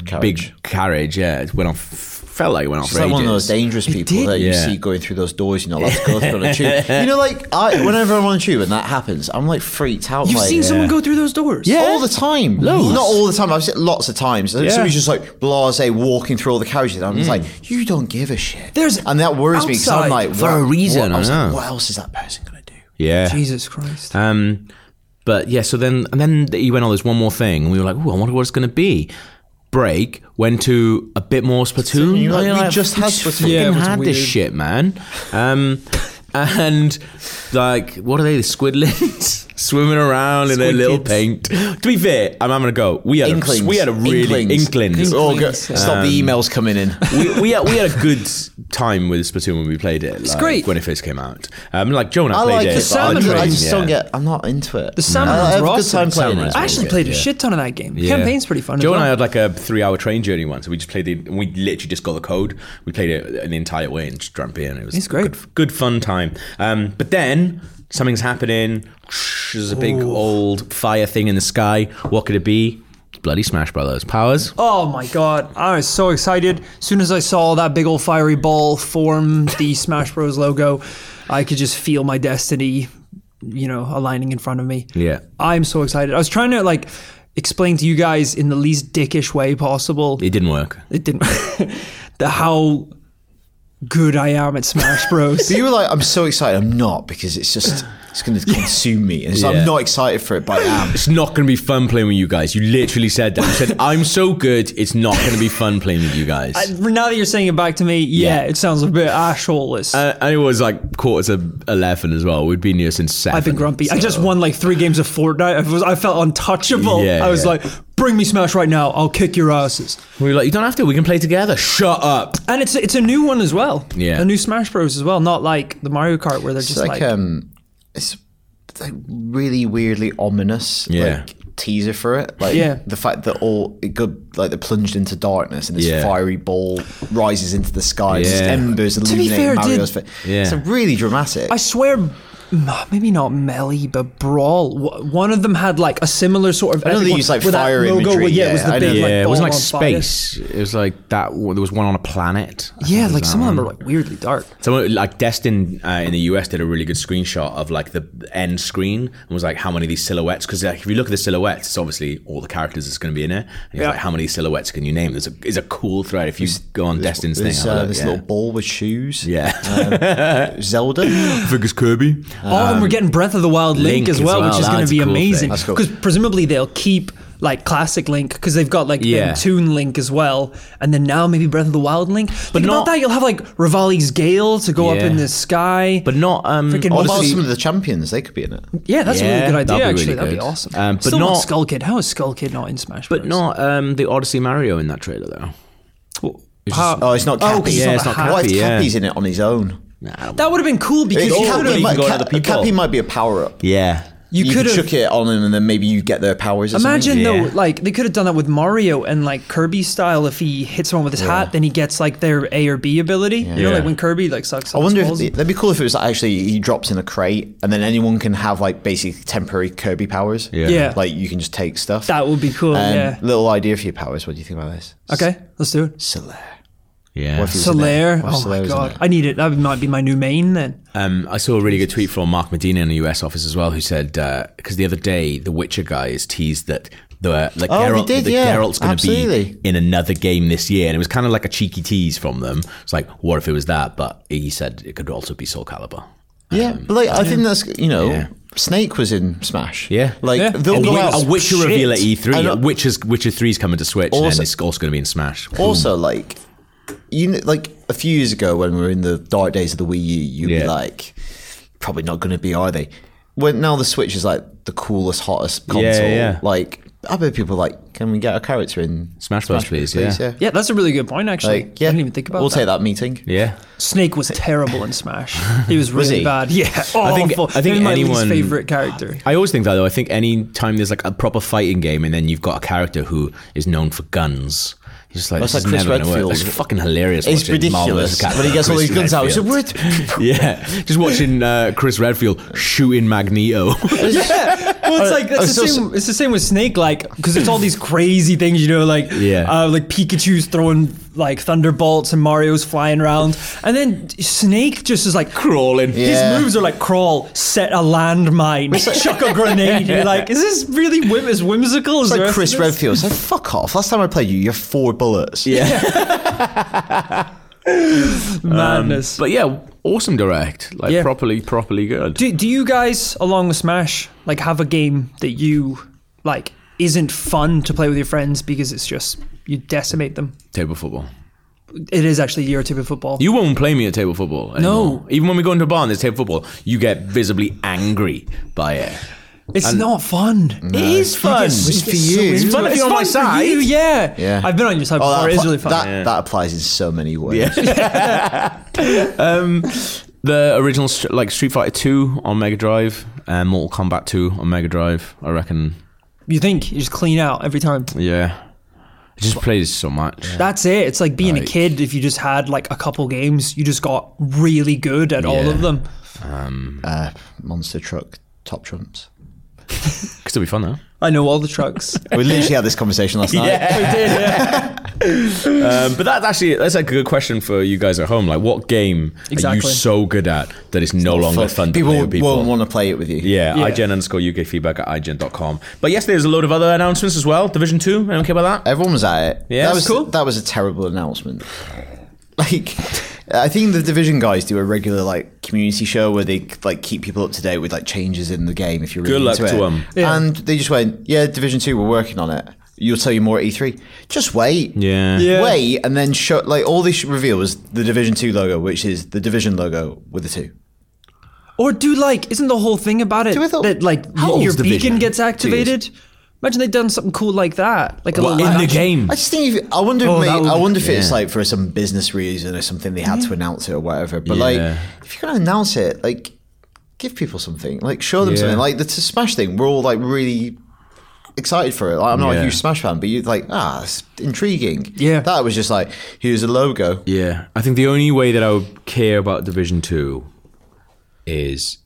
C: Carriage.
A: big carriage. Yeah, it went on. Felt like it went on
C: It's
A: for
C: like one of
A: ages.
C: those dangerous people
B: did.
C: that you
A: Yeah.
C: see going through those doors. You're not allowed to go through on a tube. You know, like I, whenever I'm on a tube and that happens, I'm like freaked out.
B: You've
C: like,
B: seen someone go through those doors.
C: Yeah. All the time. Not all the time. I've seen it lots of times.
A: Yeah.
C: Somebody's just like blase walking through all the carriages. I'm just like, you don't give a shit.
B: There's
C: and that worries me because I'm
B: outside
C: like,
A: for
C: what-
A: a reason,
C: What, I
A: I
C: was
A: know.
C: like, what else is that person gonna do?
A: Yeah.
B: Jesus Christ.
A: Um, but yeah, so then and then he went on. There's one more thing, and we were like, "Ooh, I wonder what it's going to be." Break went to a bit more Splatoon.
C: you're like,
A: And you're
C: we just had
A: fucking
C: Splatoon. Yeah,
B: it was
A: had this
B: weird.
A: shit, man. Um, and like, what are they? The squidlings swimming around in their
B: Squid
A: little
B: kids.
A: paint. To be fair, I'm having a go. We had
C: Inklings.
A: a, we had a really
C: inklings.
A: inklings.
C: Oh, go-
B: Inklings, yeah.
C: stop the emails coming in.
A: we, we, had, we had a good time with Splatoon when we played it. It's
B: great.
A: when it first came out. Um, like Jonah
C: I
A: played
C: like
A: it.
C: it.
A: on
B: salmon
C: but I ju- I
A: train,
C: just don't
A: yeah.
C: get. I'm not into it.
B: The salmon
C: I, I have a good
B: rods
C: time
B: are-
C: playing
A: Salmon
C: it.
B: I actually
A: Yeah.
B: played a shit ton of that game.
A: Yeah.
B: Campaign's pretty fun. as
A: Joe and
B: well.
A: I had like a three-hour train journey once. We just played the, and we literally just got the code. We played it an entire way and just drank beer, and it was
B: It's great.
A: good, good fun time. Um, but then something's happening. There's a big old fire thing in the sky. What could it be? Bloody Smash Brothers powers.
B: Oh my god, I was so excited. As soon as I saw that big old fiery ball form the Smash Bros logo, I could just feel my destiny, you know, aligning in front of me.
A: Yeah.
B: I'm so excited. I was trying to like explain to you guys in the least dickish way possible.
A: It didn't work.
B: It didn't the how good I am at Smash Bros.
C: But you were like, I'm so excited. I'm not because it's just it's going to consume me. And it's like,
A: Yeah.
C: I'm not excited for it, but I am.
A: It's not going to be fun playing with you guys. You literally said that. You said I'm so good. It's not going to be fun playing with you guys.
B: I- now that you're saying it back to me, yeah,
A: Yeah.
B: it sounds a bit asshole-less.
A: Uh, and it was like quarter to eleven as well. We'd been here since seven.
B: I've been grumpy. I just
A: so-
B: won like three games of Fortnite. I, was, I felt untouchable.
A: Yeah,
B: I was
A: yeah.
B: like, bring me Smash right now. I'll kick your asses.
A: We were like, you don't have to. We can play together. Shut up.
B: And it's it's a new one as well.
A: Yeah.
B: a new Smash Bros as well. Not like the Mario Kart where they're
C: It's
B: just
C: like,
B: like,
C: um, it's like really weirdly ominous.
A: Yeah.
C: Like, teaser for it like
B: Yeah.
C: the fact that all it got like they're plunged into darkness and this
A: Yeah.
C: fiery ball rises into the sky and it's just
A: Yeah.
C: embers
B: be
C: illuminating
B: fair, it
C: Mario's
B: did-
C: face
A: Yeah.
C: it's a really dramatic
B: I swear. m- Maybe not melee, but brawl. W- One of them had like a similar sort of. I
C: don't think it's, like, fire
B: yeah,
C: imagery,
B: it
C: yeah,
B: was
C: I
B: the
C: know.
B: big,
A: Yeah,
B: like,
A: it wasn't
B: ball
A: like
B: on fire.
A: space. It was like that. There was one on a planet. I think
B: Yeah,
A: it was
B: like
A: that
B: some of them
A: one.
B: are like weirdly dark.
A: Someone like Destin uh, in the US did a really good screenshot of like the end screen and was like, how many of these silhouettes? Because like, if you look at the silhouettes, it's obviously all the characters that's going to be in it. And he's
B: Yeah.
A: like, how many silhouettes can you name? There's a is a cool thread if you go on Destin's
C: this,
A: thing.
C: uh,
A: have a look,
C: this
A: yeah.
C: little ball with shoes
A: yeah,
C: Zelda
A: I think it's Kirby.
B: Oh, and we're getting Breath of the Wild Link,
A: Um, Link
B: as
A: as
B: well,
A: well.
B: which is going
A: That's
B: to
A: a
B: be
A: cool
B: amazing.
A: thing.
C: That's cool.
B: Because presumably they'll keep like classic Link because they've got like
A: Yeah.
B: um, Toon Link as well, and then now maybe Breath of the Wild Link. But Think
A: not-
B: about that, you'll have like Rivali's Gale to go up
A: Yeah.
B: in the sky.
A: but not um,
B: Freaking
C: what about
B: Honestly-
C: some of the champions they could be in it
B: yeah, that's a
A: Yeah,
B: really good idea.
A: that'd be
B: actually,
A: really
B: that'd be
A: good.
B: awesome.
A: Um, but
B: Still not,
A: not-
B: Skull Kid. How is Skull Kid not in Smash?
A: but not um, the Odyssey Mario in that trailer though.
C: oh it's not
B: Oh,
C: Cappy
B: 'cause it's
A: Yeah, not it's a not hat. Cappy,
C: what if
A: yeah.
C: Cappy's in it on his own
B: that would have been cool because
C: It-
B: you
C: Cappy
A: could have-
B: could have.
A: you
C: might-
A: can go to
C: Ca-
A: the people.
C: Cappy might be a power up
A: Yeah,
B: You
C: you
B: could
C: could
B: have
C: chuck it on him, and then maybe you get their powers. Or
B: Imagine
C: something.
A: Yeah.
B: though, like they could have done that with Mario and like Kirby style. If he hits someone with his hat, then he gets like their A or B ability. You know,
A: Yeah.
B: like when Kirby like sucks.
C: I wonder if the- that'd be cool if it was actually he drops in a crate, and then anyone can have like basically temporary Kirby powers.
A: Yeah.
B: Yeah.
C: like you can just take stuff.
B: that would be cool.
C: Um,
B: yeah.
C: Little idea for your powers. What do you think about this?
B: Okay, let's do it.
C: Solaire.
A: Yeah.
C: What if he was in
B: Solaire.
C: it? What if
B: Oh
C: Solaire
B: my
C: was in
B: god,
C: it?
B: I need it. That might be my new main then.
A: Um, I saw a really good tweet from Mark Medina in the US office as well, who said because the other day the Witcher guys teased that the like
C: Oh, they
A: Geralt,
C: did,
A: that
C: yeah.
A: Geralt's going to
C: Absolutely.
A: be in another game this year, and it was kind of like a cheeky tease from them. It's like, what if it was that? But he said it could also be Soul Calibur.
C: Yeah, but like I think that's you know
A: Yeah.
C: Snake was in Smash.
A: Yeah,
C: like
B: Yeah.
C: they'll
A: a,
C: go
A: Wi-
C: out.
A: a Witcher
B: Shit.
A: reveal at E
C: I
A: E3.
C: don't-
A: Witcher's Witcher Three's coming to Switch, and
C: uh, Also-
A: then it's also going to be in Smash.
C: Also, like you know, like a few years ago when we were in the dark days of the Wii U, you'd be
A: Yeah.
C: like, probably not going to be, are they? When now the Switch is like the coolest, hottest console.
A: yeah.
C: Like I bet people are like, can we get a character in
A: Smash Bros, please, yeah.
B: Yeah, that's a really good point actually.
C: Like, yeah,
B: I didn't even think about
C: We'll
B: that.
C: take that meeting.
A: Yeah,
B: Snake was terrible in Smash. He was really
C: he?
B: bad. Yeah, awful.
A: I think- I think
B: Maybe my least
A: anyone-
B: favorite character.
A: I always think that though. I think any time there's like a proper fighting game, and then you've got a character who is known for guns. You're just like,
C: That's
A: this is
C: like Chris
A: never gonna work.
C: Redfield.
A: That's fucking hilarious.
C: It's
A: watching Marvelous
C: ridiculous.
A: Captain
C: When he gets all
A: Chris
C: these guns out, so
A: Redfield.
C: what?
A: yeah, just watching uh, Chris Redfield shooting Magneto.
B: well, it's like that's
C: Uh, oh, so-
B: the same. It's the same with Snake, like because it's all these crazy things, you know, like
A: Yeah.
B: uh, like Pikachu's throwing like thunderbolts and Mario's flying around, and then Snake just is like
A: Crawling.
C: Yeah.
B: His moves are like crawl, set a landmine, chuck a grenade. You're like, is this really whim- as whimsical as
C: It's
B: the
C: like
B: rest
C: Chris
B: of this?
C: Redfield. It's like fuck off. Last time I played you, you have four bullets.
A: yeah.
C: um,
B: Madness.
A: but yeah, awesome direct. Like
B: Yeah.
A: properly, properly good.
B: Do, do you guys, along with Smash, like have a game that you like isn't fun to play with your friends because it's just you decimate them?
A: Table football.
B: It is actually your type of football.
A: You won't play me at table football. Anymore. Even when we go into a bar and there's table football, you get visibly angry by it.
B: it's not fun.
A: It is fun.
C: It's for you.
A: It's fun if
B: It's
A: you're on my
B: fun for
A: side.
B: you, yeah.
C: Yeah.
B: I've been on your side
C: Oh,
B: before.
C: that,
B: It is
C: appli-
B: really fun.
C: that, that applies in so many ways.
A: The original, st- like Street Fighter Two on Mega Drive, and Mortal Kombat Two on Mega Drive. I reckon.
B: You think you just clean out every time.
A: Yeah, it just plays so much.
B: That's it. It's like being
A: Like-
B: a kid. If you just had like a couple games, you just got really good at all
A: Yeah.
B: of them.
C: Uh, monster truck top trumps.
A: Could still be fun though.
B: I know all the trucks.
C: We literally had this conversation last night.
A: Um, but that's actually that's like a good question for you guys at home. Like, what game are
B: Exactly.
A: you so good at that it's no longer
C: But
A: fun to
C: people
A: play with people?
C: won't want to play it with you.
A: yeah,
B: Yeah.
A: IGN underscore UK feedback at IGN.com. But yesterday there's a load of other announcements as well. Division 2, anyone care about that?
C: Everyone was at it.
A: Yeah,
C: that was
A: that's cool.
C: That was a terrible announcement. Like, I think the division guys do a regular like community show where they like keep people up to date with like changes in the game. If you're really
A: Good luck
C: into
A: to
C: it.
A: 'em.
B: Yeah.
C: and they just went, "Yeah, Division Two, we're working on it. You'll tell you more at E3. Just wait,
A: Yeah.
B: Yeah.
C: wait, and then show like all they should reveal was the Division Two logo, which is the Division logo with the two.
B: Or do like, isn't the whole thing about it
C: Do it all-
B: that like y-
A: old's
B: your
A: the
B: beacon
A: vision?
B: gets activated? Imagine they'd done something cool like that, like a
A: Well,
B: little
A: in the
B: action.
A: game.
C: I just think if, I wonder,
B: Oh,
C: mate,
B: that would-
C: I wonder if it's like for some business reason or something they had to announce it or whatever. But
A: Yeah.
C: like, if you're gonna announce it, like, give people something, like, show them
A: Yeah.
C: something. Like the t- Smash thing, we're all like really excited for it. Like, I'm not
A: Yeah.
C: a huge Smash fan, but you're like, ah, it's intriguing.
B: Yeah.
C: that was just like, here's a logo.
A: Yeah, I think the only way that I would care about Division Two is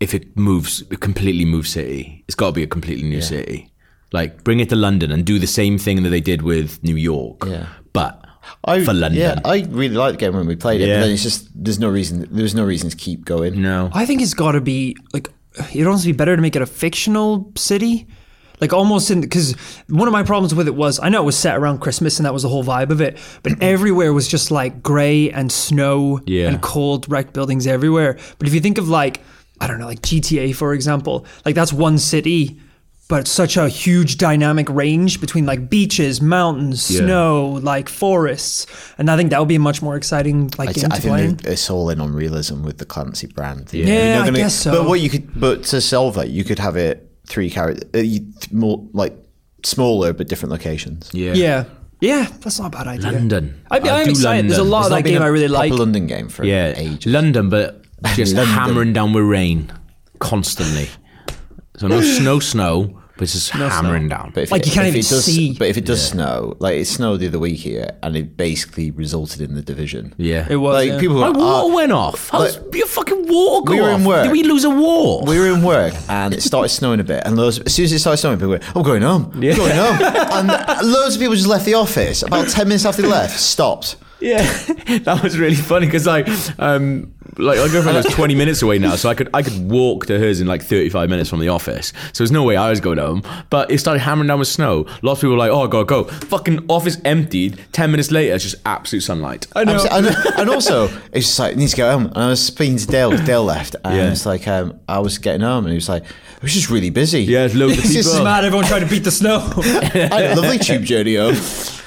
A: if it moves it completely moves city. It's got to be a completely new city. Like bring it to London and do the same thing that they did with New York.
C: Yeah.
A: but
C: I,
A: for London.
C: yeah, I really liked the game when we played it.
A: Yeah.
C: But then it's just there's no reason there's no reason to keep going.
A: no.
B: I think it's got to be like it'd almost be better to make it a fictional city, like almost in because one of my problems with it was I know it was set around Christmas and that was the whole vibe of it, but everywhere was just like grey and snow
A: Yeah.
B: and cold wrecked buildings everywhere. But if you think of like I don't know like GTA for example, like that's one city. But it's such a huge dynamic range between like beaches, mountains,
A: Yeah.
B: snow, like forests, and I think that would be a much more exciting like
C: I,
B: game
C: I
B: to play.
C: think they're- it's all in on realism with the Clancy brand. Yeah,
B: Yeah, I guess so.
C: But what you could, but to solve that, you could have it three characters, uh, you- th- more like smaller but different locations.
A: yeah,
B: Yeah, yeah, that's not a bad idea.
A: London.
B: I'd be,
A: I
B: I'm
A: do
B: excited. There's a
A: London.
B: lot
C: It's
B: of
C: not
B: that
C: been
B: game
C: a
B: I really
C: proper
B: like.
C: London game for
A: yeah,
C: ages.
A: London, but just
C: London.
A: hammering down with rain constantly. So no, no snow, but it's just hammering down.
C: But if
B: Like,
C: it-
B: you can't
C: if
B: even
C: it does,
B: see.
C: But if it does snow, like it snowed the other week here, and it basically resulted in the division.
A: yeah,
B: It was
C: Like
B: yeah.
C: people
A: My
C: were,
A: water
C: "Ah,
A: went off. How's your fucking water go
C: We were
A: off?
C: in work.
A: Did we lose a war?
C: we were in work and it started snowing a bit. And loads as soon as it started snowing, people went, I'm going home. I'm going home. And loads of people just left the office. About 10 minutes after they left, stopped.
A: Yeah, that was really funny because like, um, like my girlfriend was 20 minutes away now, so I could I could walk to hers in like 35 minutes from the office. So there's no way I was going home. But it started hammering down with snow. Lots of people were like, "Oh, I gotta go." Fucking office emptied. 10 minutes later, it's just absolute sunlight.
C: I know. And, and also, it's just like, I need to go home. And I was speaking to Dale. Dale left. And
A: Yeah.
C: it's like, um, I was getting home and he was like, it was just really busy.
A: Yeah, it's loads of
C: It's just-
A: people.
B: Mad everyone tried to beat the snow.
C: I had a lovely tube journey home.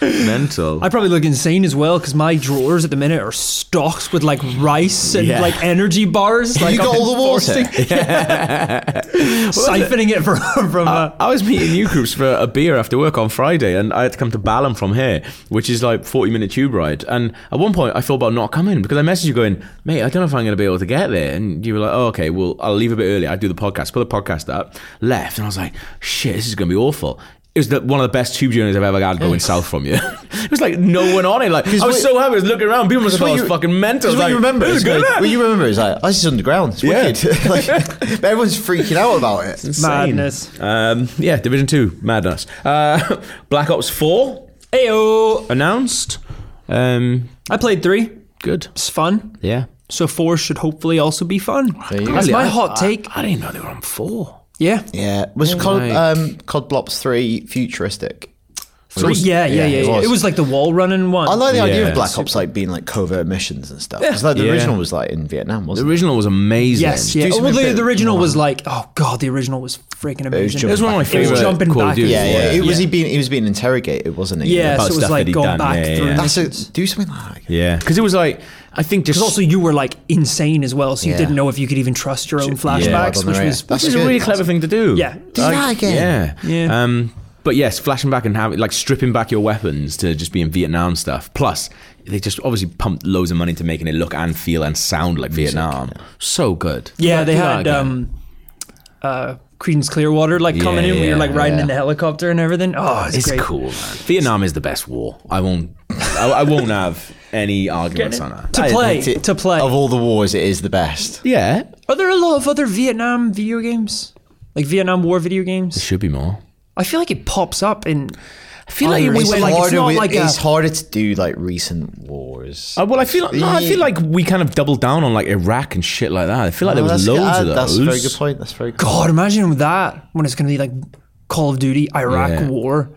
A: Mental.
B: I probably look insane as well because my drawers at the minute are stocked with like rice and
A: Yeah.
B: like energy bars. Like
C: you got
B: I'm
C: all the
B: enforcing-
C: water.
B: siphoning it from from. Uh,
A: I was meeting new groups for a beer after work on Friday, and I had to come to Balham from here, which is like forty minute tube ride. And at one point, I thought about not coming because I messaged you going, "Mate, I don't know if I'm going to be able to get there." And you were like, "Oh, okay, well, I'll leave a bit early. I do the podcast, put the podcast up." Left, and I was like, "Shit, this is going to be awful." It was the, one of the best tube journeys I've ever had going south from you. it was like no one on it. Like I was
C: what-
A: so happy, I was looking around. People must have
C: what
A: thought I was
C: you-
A: fucking mental. I
C: Because
A: was
C: what
A: like,
C: you remember
A: "This
C: is
A: is
C: like,
A: good.
C: what you remember is like, oh, this is underground. It's
A: Yeah.
C: wicked. like, everyone's freaking out about it.
B: Madness.
A: Um, yeah, Division Two madness. Uh, Black Ops Four
B: Ayo.
A: announced. Um,
B: I played three.
A: good.
B: It's fun.
A: Yeah.
B: So four should hopefully also be fun.
C: you
B: That's my hot take.
A: I, didn't know they were on four.
B: Yeah.
C: Yeah. Was COD,
A: Right.
C: um, COD Blops 3 futuristic?
B: So yeah, yeah, yeah, yeah. It was, like the wall running one.
C: I like the idea
A: Yeah.
C: of Black Ops like being like covert missions and stuff. Because like the
A: Yeah.
C: original was like in Vietnam,
A: The
C: wasn't it?
A: original was amazing.
B: yes, yeah.
C: Do
B: Well,
C: something
B: the,
C: a bit
B: the original was like, oh god, the original was freaking amazing.
C: jumping It was
A: one of my
B: It
A: favourite
B: was jumping
A: Call of
B: back.
A: Duty.
C: Yeah, yeah. It was
B: Yeah.
C: he being he was being interrogated, wasn't he?
B: Yeah,
A: about
B: so it was
A: stuff that
B: like
A: he'd
B: going
A: done.
B: back
A: Yeah, yeah,
B: through.
A: yeah.
C: That's a,
B: missions.
C: do something like that.
A: Yeah, because it was like I think just
B: Because also you were like insane as well, so you
C: Yeah.
B: didn't know if you could even trust your own flashbacks,
C: on
B: which
C: there,
B: was
C: yeah. That's
A: which is a
C: good.
A: really clever thing to do.
B: Yeah.
C: Do that again.
A: Yeah,
B: Yeah.
A: Um, but yes, flashing back and having like stripping back your weapons to just being Vietnam stuff. Plus, they just obviously pumped loads of money into making it look and feel and sound like Vietnam. So good.
B: yeah.
A: Do
B: They
A: that
B: had
A: again.
B: um, uh, Creedence Clearwater like coming in, where
A: Yeah,
B: you're like riding
C: yeah.
B: in the helicopter and everything. Oh, it's,
A: It's
B: great.
A: cool, man. Vietnam is the best war. I won't. I, I won't have any arguments on that.
B: To
C: I
B: play,
C: admit it,
B: to play.
C: Of all the wars, it is the best.
A: Yeah, there
B: Are there a lot of other Vietnam video games? Like Vietnam War video games?
A: should be more.
B: I feel like it pops up in. I feel
A: like it was
C: It's,
A: Well, like,
B: it's
C: harder
B: not
C: with-
B: like a-
C: it's harder to do like recent wars.
A: Uh, well, I feel like, no, I feel like we kind of doubled down on like Iraq and shit like that. I feel like there was
C: that's,
A: loads
C: uh,
A: of those.
C: That's a very good point. That's very good.
B: God, imagine that when it's going to be like Call of Duty, Iraq
A: Yeah. Hmm.
B: War.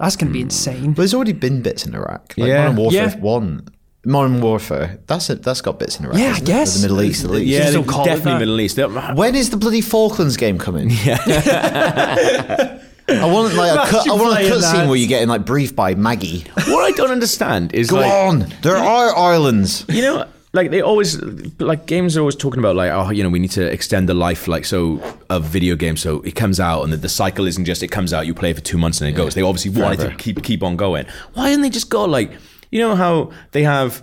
B: That's going to be insane.
C: But there's already been bits in Iraq. Like
A: Yeah.
C: Modern Warfare
B: Yeah.
C: One, Modern Warfare. That's it. That's got bits in Iraq.
B: Yeah, I
C: hasn't it?
B: guess.
C: For the Middle East at least.
A: Yeah,
B: Just
A: they-
B: don't call it
A: definitely
B: that.
A: Middle East. They're-
C: When is the bloody Falklands game coming? Yeah. I want like a cut, I want a
B: playing that.
C: cutscene where you get like briefed by Maggie.
A: What I don't understand is
C: Go
A: like
C: on, there are islands.
A: you know. Like they always, like games are always talking about, like oh, you know, we need to extend the life, like so, of video games. So it comes out, and the, the cycle isn't just it comes out, you play it for two months and it goes. They obviously wanted to
C: Forever.
A: keep keep on going. Why didn't they just go like, you know how they have,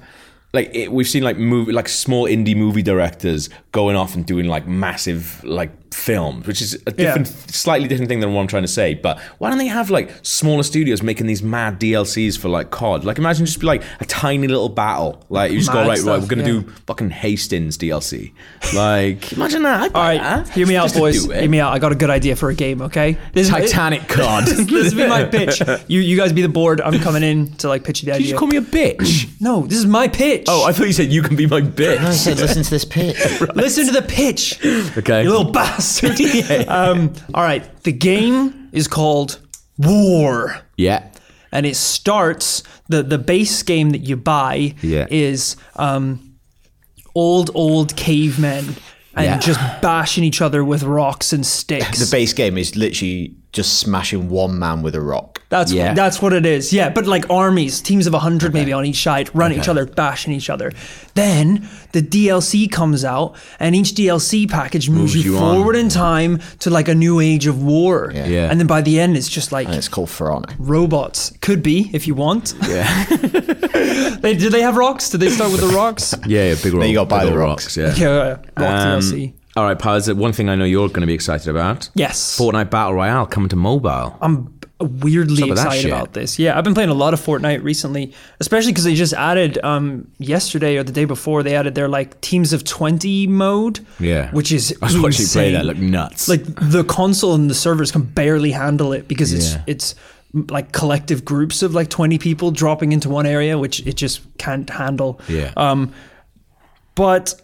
A: like it, we've seen like movie, like small indie movie directors going off and doing like massive like films, which is a different, slightly different thing than what I'm trying to say. But why don't they have like smaller studios making these mad DLCs for like COD? Like imagine just be like a tiny little battle, like you just go
B: Mad
A: right, right,
B: stuff,
A: we're gonna
B: yeah.
A: do fucking Hastings DLC. Like imagine that. I'd buy
B: All right,
A: that.
B: hear me out,
A: Just to
B: boys.
A: do it.
B: Hear me out. I got a good idea for a game. Okay, this
A: Titanic COD.
B: This, this will be my pitch. You you guys be the board. I'm coming in to like pitch you the
A: You
B: idea.
A: just call me a bitch.
B: no, this is my pitch.
A: oh, I thought you said you can be my
C: I
A: bitch.
C: said, listen to this pit.
B: listen to the pitch, you
A: Okay.
B: little bastard. um, all right, the game is called War.
A: yeah.
B: and it starts the the base game that you buy
A: Yeah.
B: is um, old old cavemen and
A: Yeah.
B: just bashing each other with rocks and sticks.
C: The base game is literally just smashing one man with a rock.
B: that's
A: Yeah.
B: that's what it is. Yeah, but like armies, teams of hundred maybe on each side, run at each other, bashing each other. Then the DLC comes out, and each DLC package moves,
A: Moves
B: you,
A: you on.
B: forward in time to like a new age of war.
A: Yeah.
B: And then by the end, it's just like
C: And it's called For Honor.
B: robots. Could be if you want. Yeah. they, do they have rocks? Did they start with the rocks?
A: Yeah, yeah, big rock.
C: you gotta buy
A: big
C: the
A: ol'
C: rocks.
A: Yeah.
B: Yeah, uh, rock
A: Um,
B: DLC.
A: all right, pals. One thing I know you're going to be excited about.
B: Yes. Um,
A: Fortnite Battle Royale coming to mobile.
B: I'm weirdly
A: Some of that
B: excited
A: shit.
B: about this. Yeah, I've been playing a lot of Fortnite recently, especially because they just added um, yesterday or the day before they added their like teams of twenty mode.
A: Yeah.
B: which is
A: I was watching you play
B: insane.
A: that, like nuts.
B: Like the console and the servers can barely handle it because it's
A: Yeah.
B: it's m- like collective groups of like 20 people dropping into one area, which it just can't handle.
A: Yeah.
B: Um, but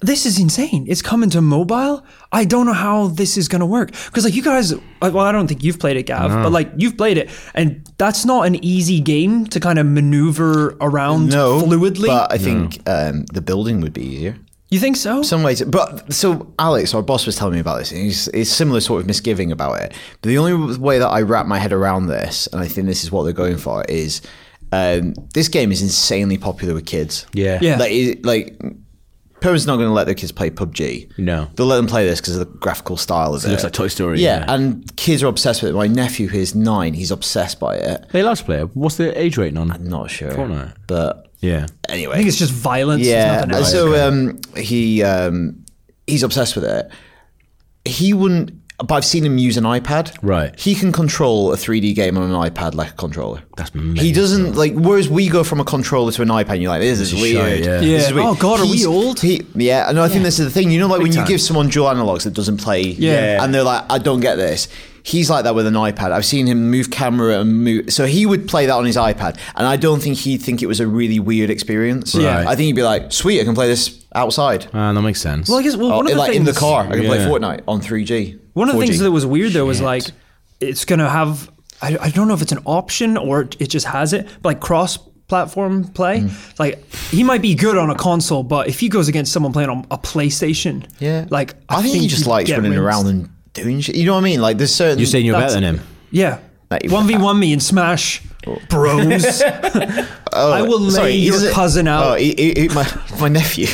B: this is insane. It's coming to mobile. I don't know how this is going to work because like you guys, well, I don't think you've played it, Gav, but like you've played it, and that's not an easy game to kind of maneuver around
C: No,
B: fluidly.
C: But I think um, the building would be easier.
B: you think so?
C: Some ways, but so Alex, our boss, was telling me about this, and he's, he's similar sort of misgiving about it. But the only way that I wrap my head around this, and I think this is what they're going for, is um, this game is insanely popular with kids.
A: Yeah.
B: Yeah.
C: like it, like parents are not going to let their kids play PUBG.
A: No.
C: they'll let them play this because of the graphical style of it.
A: It looks like Toy Story.
C: yeah, and kids are obsessed with it. My nephew, who's nine, he's obsessed by it.
A: they last play it. What's the age rating
B: Uh,
A: on?
C: Not sure,
A: Fortnite.
C: but
A: Yeah.
C: anyway,
B: I think it's just violence. There's
C: yeah.
B: nothing else.
C: So um, he um, he's obsessed with it. He wouldn't. But I've seen him use an iPad.
A: Right.
C: He can control a 3D game on an iPad like a controller.
A: That's
C: He
A: amazing.
C: doesn't like. Whereas we go from a controller to an iPad, and you're like, "This is
A: is
C: weird."
A: shy, yeah.
C: This is
B: Yeah.
C: weird.
B: Oh, God, are we
C: He's-
B: old?
C: He, yeah. No, I think this is the thing. You know, like when
A: time.
C: you give someone dual analogs that doesn't play,
B: Yeah.
C: and they're like, "I don't get this." He's like that with an iPad. I've seen him move camera and move. So he would play that on his iPad, and I don't think he'd think it was a really weird experience.
B: Yeah.
C: I think you'd be like, sweet, I can play this outside.
A: Ah, that makes sense.
B: well, I guess well,
C: Or,
B: one of the
C: Oh, like
B: things,
C: in the car, I can play
A: Yeah.
C: Fortnite on 3G.
B: One of the
C: 4G.
B: things that was weird though was like it's gonna have I, I don't know if it's an option or it just has it, but like cross platform play.
C: Mm.
B: Like he might be good on a console, but if he goes against someone playing on a PlayStation,
C: yeah,
B: like
C: I, think, he just
B: he'd
C: likes
B: get
C: running
B: rinsed.
C: around and doing shit. You know what I mean? Like there's certain
A: You're saying you're
B: that's-
A: better than him.
B: Yeah.
C: Like,
B: One v one me in Smash, bros. I will lay
C: Oh. Sorry,
B: your
C: is it-
B: cousin
C: Oh,
B: out.
C: he, he- he- my my nephew.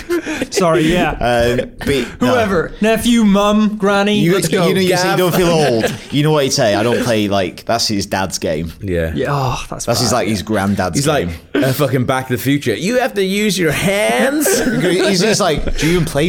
B: Sorry, yeah.
C: Um, but, no.
B: Whoever, nephew, mum, granny.
C: You,
B: let's
C: you
B: go.
C: know, you say you
B: Gav.
C: don't feel old. You know what he'd say? I don't play like that's his dad's game.
A: Yeah.
B: Yeah, oh, that's
C: That's his
B: bad.
C: like his granddad's.
A: Ah, He's like
C: game.
A: uh, fucking Back to the Future. You have to use your hands.
C: he's just like, do you even play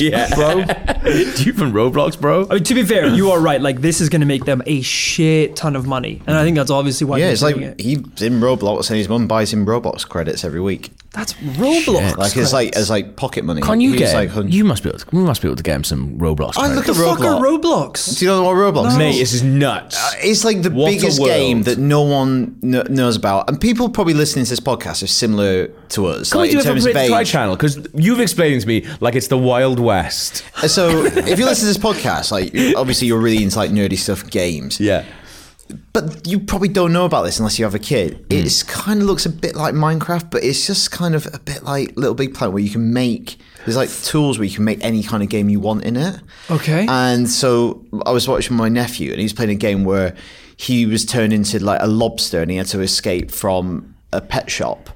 A: yeah, bro. Do you from Roblox, bro?
B: I mean, to be fair, you are right. Like, this is going to make them a shit ton of money, and I think that's obviously why.
C: Yeah,
B: they're
C: it's like
B: doing it.
C: he's in Roblox and his mum buys him Roblox credits every week.
B: that's Roblox.
C: Like it's like as like pocket money.
A: Can you
C: He's
A: get?
C: like, hun-
A: you must be. Able to, we must be able to get him some Roblox.
C: I
A: credit.
C: look
B: the
C: at
B: fuck
C: Roblox.
B: are Roblox?
C: Do you know what Roblox? Uh,
A: Mate,
C: is?
A: this is nuts.
C: It's like the
A: What a
C: biggest
A: world.
C: game that no one kn- knows about, and people probably listening to this podcast are similar to us.
A: Can
C: like,
A: we do
C: in
A: it
C: terms
A: for
C: of
A: Brit Try
C: age.
A: Channel? Because you've explained to me like it's the Wild West.
C: So, if you listen to this podcast, like obviously you're really into like nerdy stuff, games.
A: Yeah.
C: But you probably don't know about this unless you have a kid. It's It kind of looks a bit like Minecraft, but it's just kind of a bit like Little Big Planet, where you can make there's like tools where you can make any kind of game you want in it.
B: Okay.
C: And so I was watching my nephew, and he was playing a game where he was turned into like a lobster, and he had to escape from a pet shop.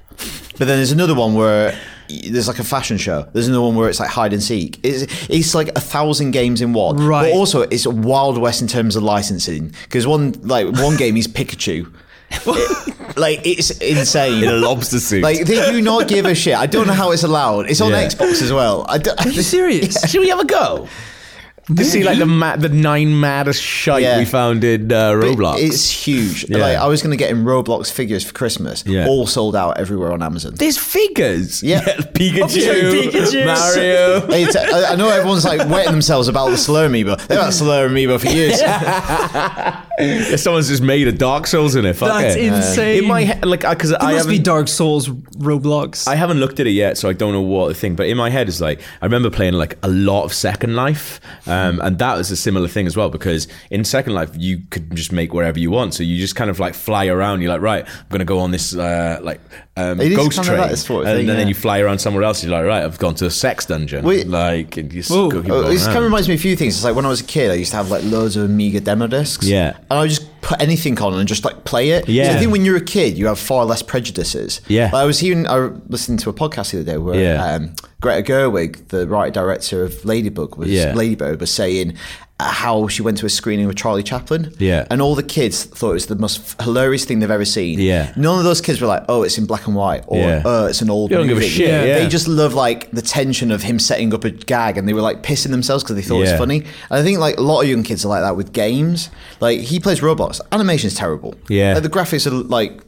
C: But then there's another one where there's like a fashion show. There's another one where it's like hide and seek. It's, it's like a thousand games in one.
B: Right.
C: But also, it's a wild west in terms of licensing because one like one game is Pikachu. It- like it's insane.
A: In a lobster suit.
C: Like they do not give a shit. I don't know how it's allowed. It's on
A: Yeah.
C: Xbox as well. I don't,
B: Are you serious?
A: Should we have a go? To see like the ma- the nine maddest shite
C: Yeah.
A: we found in uh,
C: But
A: Roblox.
C: It's huge.
A: Yeah.
C: Like I was going to get him Roblox figures for Christmas.
A: Yeah.
C: All sold out everywhere on Amazon.
A: There's figures.
C: Yeah.
A: Pikachu,
B: Obviously, Pikachu.
A: Mario.
C: It's- I I know everyone's like wetting themselves about the Slur Amoeba. They've had Slur Amoeba for years.
A: Someone's just made a Dark Souls in it. Fuck
B: That's
A: it.
B: insane.
A: In my head, like, because
B: It
A: I
B: must be
A: haven't.
B: Dark Souls Roblox.
A: I haven't looked at it yet, so I don't know what the thing. But in my head is like I remember playing like a lot of Second Life, um, and that was a similar thing as well because in Second Life you could just make whatever you want. So you just kind of like fly around. You're like, right, I'm gonna go on this uh, like um,
C: It is
A: ghost
C: kinda
A: train,
C: like this sort of
A: and,
C: thing,
A: and then
C: yeah.
A: you fly around somewhere else. You're like, right, I've gone to a sex dungeon.
C: Wait.
A: like, and you just
B: Whoa.
A: go keep
C: Oh,
A: going
C: It kind of
A: around.
C: reminds me of a few things. It's like when I was a kid, I used to have like loads of Amiga demo discs.
A: Yeah.
C: And I would just put anything on and just like play it.
A: Yeah.
C: So I think when you're a kid, you have far less prejudices.
A: Yeah.
C: Like, I was hearing, I listened to a podcast the other day where
A: Yeah.
C: um, Greta Gerwig, the writer director of Ladybug, was
A: Yeah.
C: Ladybird, was saying uh, how she went to a screening with Charlie Chaplin.
A: Yeah.
C: And all the kids thought it was the most hilarious thing they've ever seen.
A: Yeah.
C: None of those kids were like, oh, it's in black and white or
A: Yeah.
C: oh, it's an old
A: You don't give a
C: movie.
A: shit, Yeah. yeah.
C: They just love like the tension of him setting up a gag and they were like pissing themselves because they thought it
A: Yeah.
C: was funny. And I think like a lot of young kids are like that with games. Like he plays Roblox. Animation's terrible.
A: Yeah.
C: Like, the graphics are like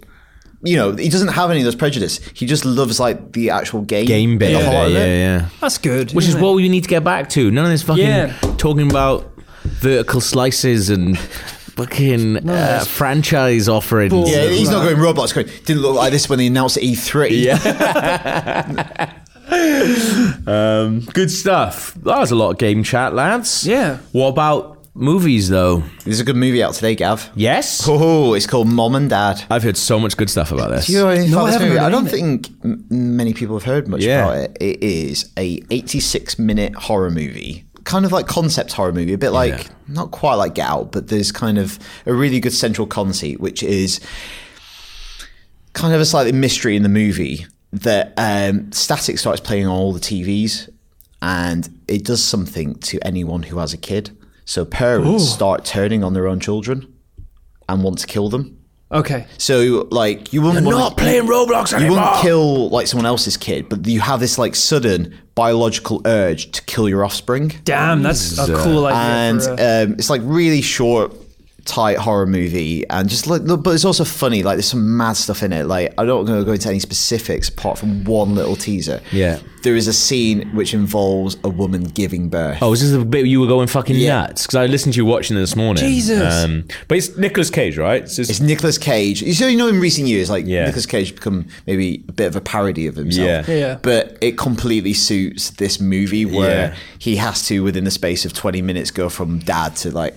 C: you know, he doesn't have any of those prejudice. He just loves like the actual game.
A: game
C: and the
A: bit.
C: heart
A: Yeah,
C: of
A: yeah,
C: it.
A: yeah.
B: that's good.
A: Which is
B: isn't it?
A: what we need to get back to. None of this fucking
B: Yeah.
A: talking about vertical slices and fucking uh,
B: that's-
A: franchise offerings.
C: Yeah, he's not
B: Right.
C: going robots. Going, Didn't look like this when they announced E E3. Yeah.
A: Um, good stuff. That was a lot of game chat, lads.
B: Yeah.
A: What about movies, though?
C: There's a good movie out today, Gav.
A: Yes.
C: Oh, it's called Mom and Dad.
A: I've heard so much good stuff about this.
C: Do you know anything
B: No,
C: about
B: I
C: this
B: haven't
C: movie?
B: heard
C: I
B: of
C: don't
B: it.
C: think m- many people have heard much
A: Yeah.
C: about it. It is a 86 minute horror movie, kind of like concept horror movie, a bit like
A: Yeah.
C: not quite like Get Out, but there's kind of a really good central conceit, which is kind of a slightly mystery in the movie that um, static starts playing on all the TVs and it does something to anyone who has a kid. So parents start turning on their own children and want to kill them.
B: Okay.
C: So like you wouldn't wanna-
A: not playing Roblox
C: You
A: anymore.
C: wouldn't kill like someone else's kid, but you have this like sudden biological urge to kill your offspring,
B: Damn, that's a cool idea.
C: and
B: for a-
C: um, it's like really short, tight horror movie, and just like look, but it's also funny. Like there's some mad stuff in it. Like I don't going to go into any specifics apart from one little teaser.
A: Yeah.
C: there is a scene which involves a woman giving birth.
A: Oh, is this the bit you were going fucking
C: Yeah.
A: nuts? Because I listened to you watching it this morning.
B: Jesus.
A: Um, but it's Nicolas Cage, right? It's just-
C: It's Nicolas Cage. You so you know in recent years, like
A: Yeah.
C: Nicolas Cage become maybe a bit of a parody of himself.
A: Yeah.
B: Yeah.
C: But it completely suits this movie where
A: Yeah.
C: he has to within the space of twenty minutes go from dad to like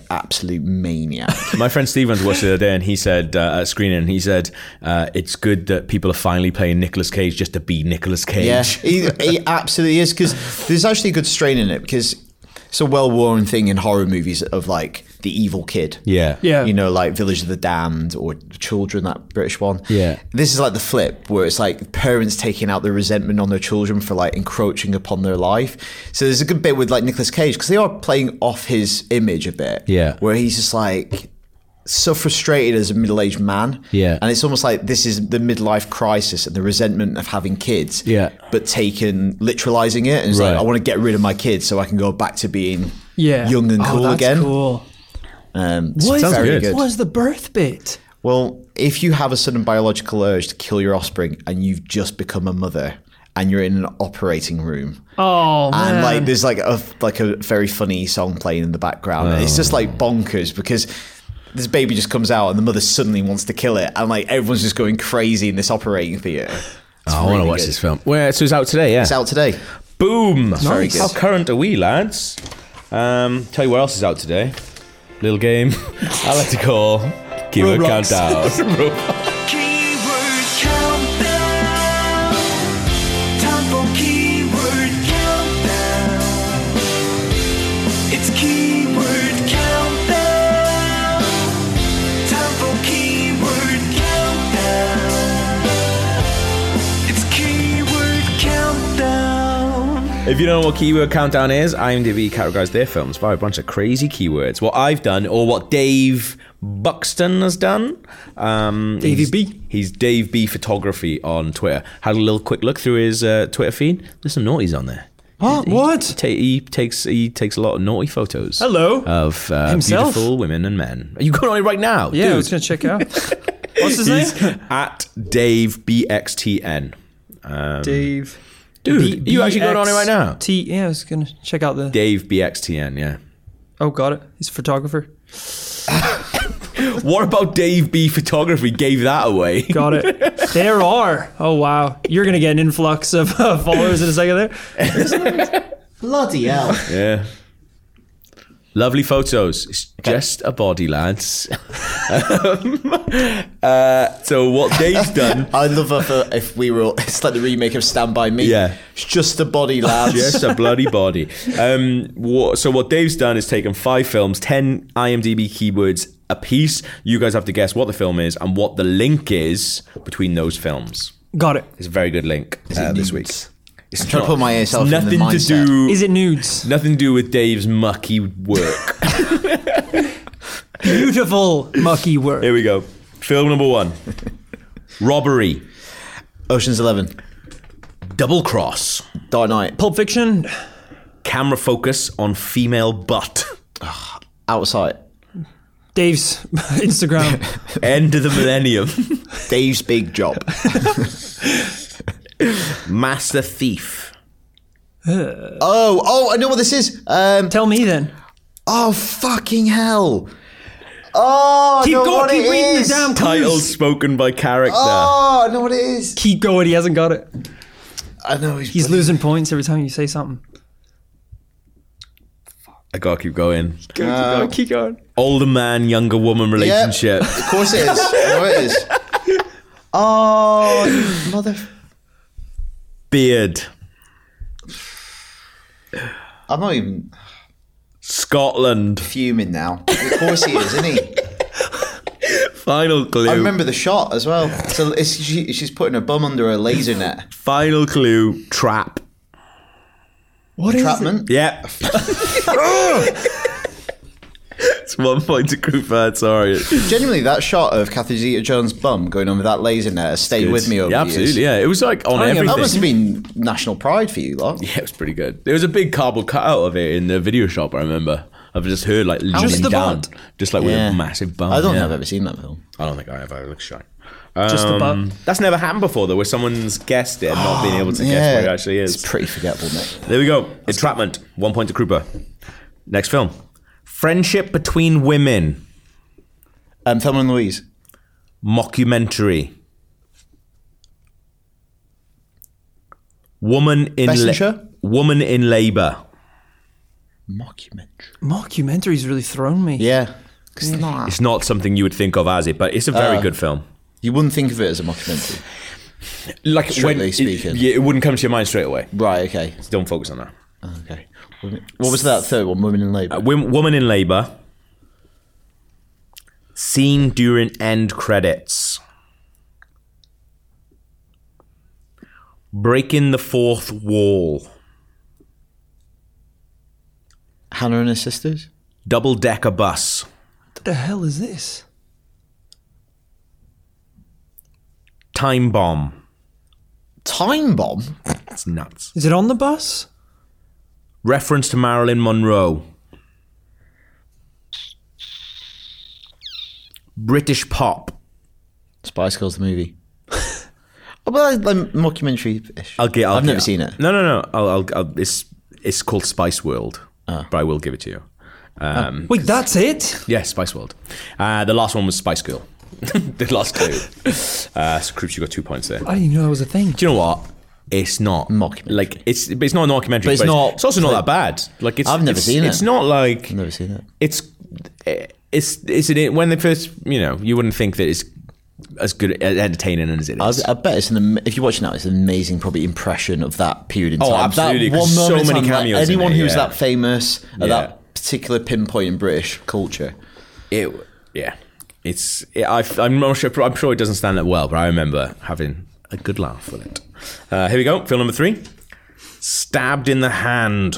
C: absolute maniac.
A: My friend Steve went to watch it the other day, and he said uh, at screening, he said uh, it's good that people are finally playing Nicolas Cage just to be Nicolas Cage.
C: yeah. He, he absolutely is because there's actually a good strain in it because it's a well worn thing in horror movies of like the evil kid.
A: yeah,
B: Yeah.
C: You know, like Village of the Damned or Children, that British one.
A: Yeah.
C: This is like the flip where it's like parents taking out their resentment on their children for like encroaching upon their life. So there's a good bit with like Nicolas Cage because they are playing off his image a bit.
A: Yeah.
C: Where he's just like so frustrated as a middle-aged man
A: Yeah.
C: and it's almost like this is the midlife crisis and the resentment of having kids
A: Yeah.
C: but taken literalizing it and it's
A: Right.
C: like i want to get rid of my kids so i can go back to being
B: yeah.
C: young and
B: Oh,
C: cool
B: that's
C: again
B: Cool.
C: um, so
B: What
C: it's
B: is-
C: very
A: good.
C: good.
B: What is the birth bit?
C: Well, if you have a sudden biological urge to kill your offspring and you've just become a mother and you're in an operating room.
B: Oh man.
C: And like there's like a like a very funny song playing in the background. And it's
A: Oh.
C: just like bonkers because this baby just comes out and the mother suddenly wants to kill it and like everyone's just going crazy in this operating theater.
A: Oh, I want to
C: really
A: watch
C: good.
A: this film. Where so it's out today? Yeah,
C: It's out today.
A: Boom!
C: very Nice. good.
A: How current are we, lads? Um, tell you what else is out today. Little game. I like to call keyword
B: Roblox.
A: countdown.
D: Keyword countdown. Time for keyword countdown. It's keyword countdown. Time for keyword countdown. It's keyword countdown.
A: if you don't know what keyword countdown is, IMDb categorized their films by a bunch of crazy keywords. What I've done, or what Dave Buxton has done. Um,
B: Davey
A: he's-
B: B.
A: He's Dave B Photography on Twitter. Had a little quick look through his uh, Twitter feed. There's some naughties on there.
B: Huh?
A: He,
B: What?
A: ta- he takes he takes a lot of naughty photos.
B: Hello.
A: of uh,
B: Himself?
A: beautiful women and men. Are you going on it right now?
B: yeah,
A: dude?
B: I was gonna check out. What's his
A: He's
B: name?
A: at Dave BXTN.
B: Dave.
A: Dude, you actually going on it right now?
B: T. Yeah, I was gonna check out the.
A: Dave BXTN, yeah.
B: Oh, got it. He's a photographer.
A: What about Dave B Photography gave that away?
B: Got it. there are. Oh wow, you're gonna get an influx of uh, followers in a second there.
C: Bloody hell.
A: Yeah. Eh. Lovely photos. It's just a body, lads. Um, uh, so what Dave's done,
C: I love if, uh, if we were all, it's like the remake of Stand By Me.
A: Yeah.
C: It's just a body, lads.
A: just a bloody body. Um, what, so what Dave's done is taken five films, ten IMDb keywords apiece. You guys have to guess what the film is and what the link is between those films.
B: Got it.
A: It's a very good link uh, this week. It's
C: trying
A: not-
C: to put myself in the
A: nothing to
C: mindset.
A: do.
B: Is it nudes?
A: nothing to do with Dave's mucky work?
B: Beautiful mucky work.
A: Here we go. Film number one: robbery,
C: Ocean's Eleven.
A: double cross,
C: Dark Knight.
B: Pulp Fiction.
A: camera focus on female butt.
C: Outside.
B: Dave's Instagram.
A: End of the millennium.
C: Dave's big job.
A: Master thief.
C: Oh, oh, I know what this is. Um,
B: Tell me then.
C: oh, fucking hell. Oh,
B: Keep
C: I know
B: going,
C: what
B: keep
C: it
B: reading the
C: is.
B: damn
A: Title
B: clues.
A: spoken by character.
C: Oh, I know what it is.
B: Keep going. He hasn't got it.
C: I know he's,
B: He's losing points every time you say something.
A: I gotta keep going.
B: Keep
C: Um,
B: going. Keep going.
A: Older man, younger woman relationship.
C: Of course it is. I know it is. Oh, you mother.
A: Beard.
C: I'm not even
A: Scotland.
C: fuming now. Of course he is, isn't he?
A: Final clue.
C: I remember the shot as well. So it's, she, she's putting her bum under a laser net.
A: Final clue. Trap.
B: What is it?
C: Entrapment?
A: Yep. it's one point to group third. Sorry.
C: Genuinely, that shot of Cathy Zeta Jones' bum going under that laser net has stayed with me over
A: yeah,
C: the
A: absolutely.
C: years.
A: Yeah, it was like on
B: I think
A: everything.
C: That must have been national pride for you, lot.
A: Yeah, it was pretty good. There was a big cardboard cutout of it in the video shop. I remember. I've just heard like leaning
B: the
A: down,
B: bond?
A: just like
C: Yeah.
A: with a massive bump.
C: I don't
A: yeah.
C: know if I've ever seen that film.
A: I don't think I have. I look shy.
B: Just
A: Um,
B: above.
A: That's never happened before, though, where someone's guessed it and not being able to guess what it actually is.
C: It's pretty forgettable, mate.
A: there we go. Entrapment. One point to Krupa. Next film. Friendship between women.
C: Um, Thelma and Louise.
A: Mockumentary. Woman in
C: Bestinger?
A: woman in labor.
C: Mockumentary.
B: Mockumentary's really thrown me.
C: Yeah. 'Cause they're not-
A: It's not something you would think of as it, but it's a very good film.
C: You wouldn't think of it as a mockumentary.
A: Like
C: Strictly
A: when- it-
C: speaking.
A: yeah, it wouldn't come to your mind straight away.
C: Right, okay.
A: Don't focus on that.
C: Okay. What was that third one? Women in Labour.
A: Wom- woman in labor. Scene during end credits. Breaking the fourth wall.
C: Hannah and her sisters?
A: Double decker bus.
B: What the hell is this?
A: Time bomb.
C: Time Bomb?
A: That's nuts.
B: Is it on the bus?
A: Reference to Marilyn Monroe. British pop.
C: Spice Girls, the movie. oh, but that's, like mockumentary ish.
A: I'll get. i
C: I've never seen it.
A: No, no, no. I'll, I'll, I'll, it's it's called Spice World,
C: Ah.
A: but I will give it to you.
B: Wait, that's it?
A: Yeah, Spice World. Uh, the last one was Spice Girl. the last clue. uh, so, Croops, you got two points there.
B: I didn't even know that was a thing.
A: Do you know what? It's not
C: Mockumentary.
A: Like it's, but it's not a documentary.
C: But it's not-
A: It's also not that bad. Like it's.
C: I've never
A: it's-
C: seen it.
A: It's not like.
C: I've never seen it.
A: It's. It's. It's an, when they first. You know, you wouldn't think that it's as good as entertaining as it is.
C: I, was- I bet it's an. am- If you watch it now, it's an amazing, probably impression of that period in
A: Oh,
C: time.
A: absolutely,
C: That one
A: 'cause so
C: moment in
A: many
C: time, like,
A: cameos in
C: anyone
A: it,
C: who's
A: yeah.
C: that famous at
A: Yeah.
C: that particular pinpoint in British culture.
A: it yeah it's it, I, i'm not sure i'm sure it doesn't stand up well but i remember having a good laugh with it uh, here we go film number three stabbed in the hand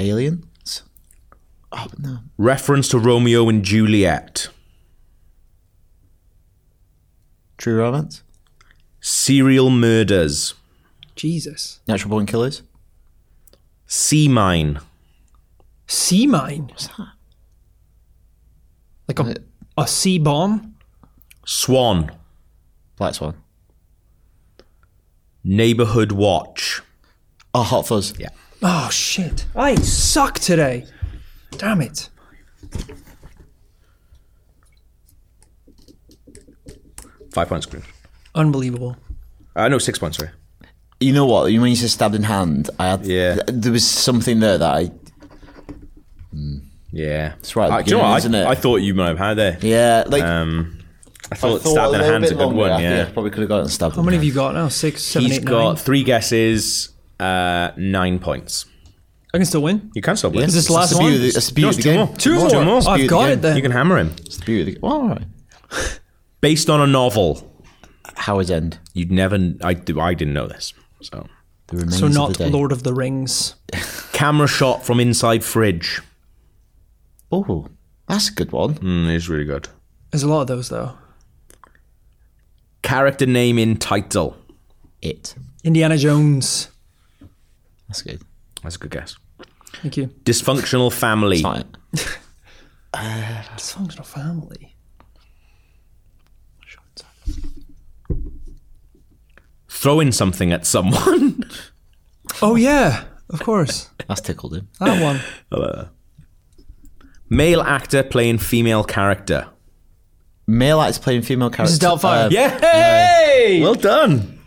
C: Aliens. Oh no.
A: reference to romeo and juliet
C: True Romance.
A: serial murders
B: Jesus.
C: Natural Born Killers.
A: sea mine
B: Sea mine. What's that? Like a, a sea bomb?
A: swan
C: Black Swan.
A: neighborhood watch
C: Oh, Hot Fuzz. Yeah.
B: Oh, shit. I suck today. Damn it.
A: five points green
B: Unbelievable.
A: uh, no six points sorry
C: You know what? When you said stabbed in hand, I had.
A: Yeah.
C: th- there was something there that I.
A: yeah
C: It's right at the
A: I, do you know
C: beginning,
A: what? I-
C: isn't it?
A: I thought you might have had there
C: Yeah, like.
A: Um, i
C: I
A: thought,
C: thought
A: stabbed in the
C: little
A: hand's a
C: bit
A: good
C: longer. I
A: one
C: think
A: yeah
C: I probably could have gotten stabbed.
B: How many have you got now? Six, seven,
A: he's
B: eight,
A: got
B: nine?
A: three guesses uh, nine points
B: I can still win.
A: you can still win
B: Is this last
C: That's the
B: one?
C: beauty of the- that's the beauty of the
A: Just two
C: game.
A: more. Two more. Two more.
B: I've
C: Beauty
B: got
C: game.
B: it then.
A: You can hammer him.
C: It's the beauty of the game. Well, all right.
A: Based on a novel.
C: Howard's End.
A: You'd never. I, I didn't know this. So,
C: The remains
B: so
C: of
B: not
C: the day.
B: Lord of the Rings.
A: camera shot from inside fridge.
C: Oh, that's a good
B: Hmm.
C: one.
A: Mm, is really good.
B: There's a lot of those though.
A: Character name in title.
C: It.
B: Indiana Jones.
C: That's good.
A: That's a good guess.
B: Thank you.
A: Dysfunctional family.
C: It's not it.
B: Dysfunctional family.
A: Throwing something at someone.
B: Oh yeah, of course.
C: That's tickled him.
B: That one.
A: Hello. Male actor playing female character.
C: Male actors playing female characters. Uh,
B: Mrs.
A: Uh,
B: Doubtfire.
A: Yay! Well done.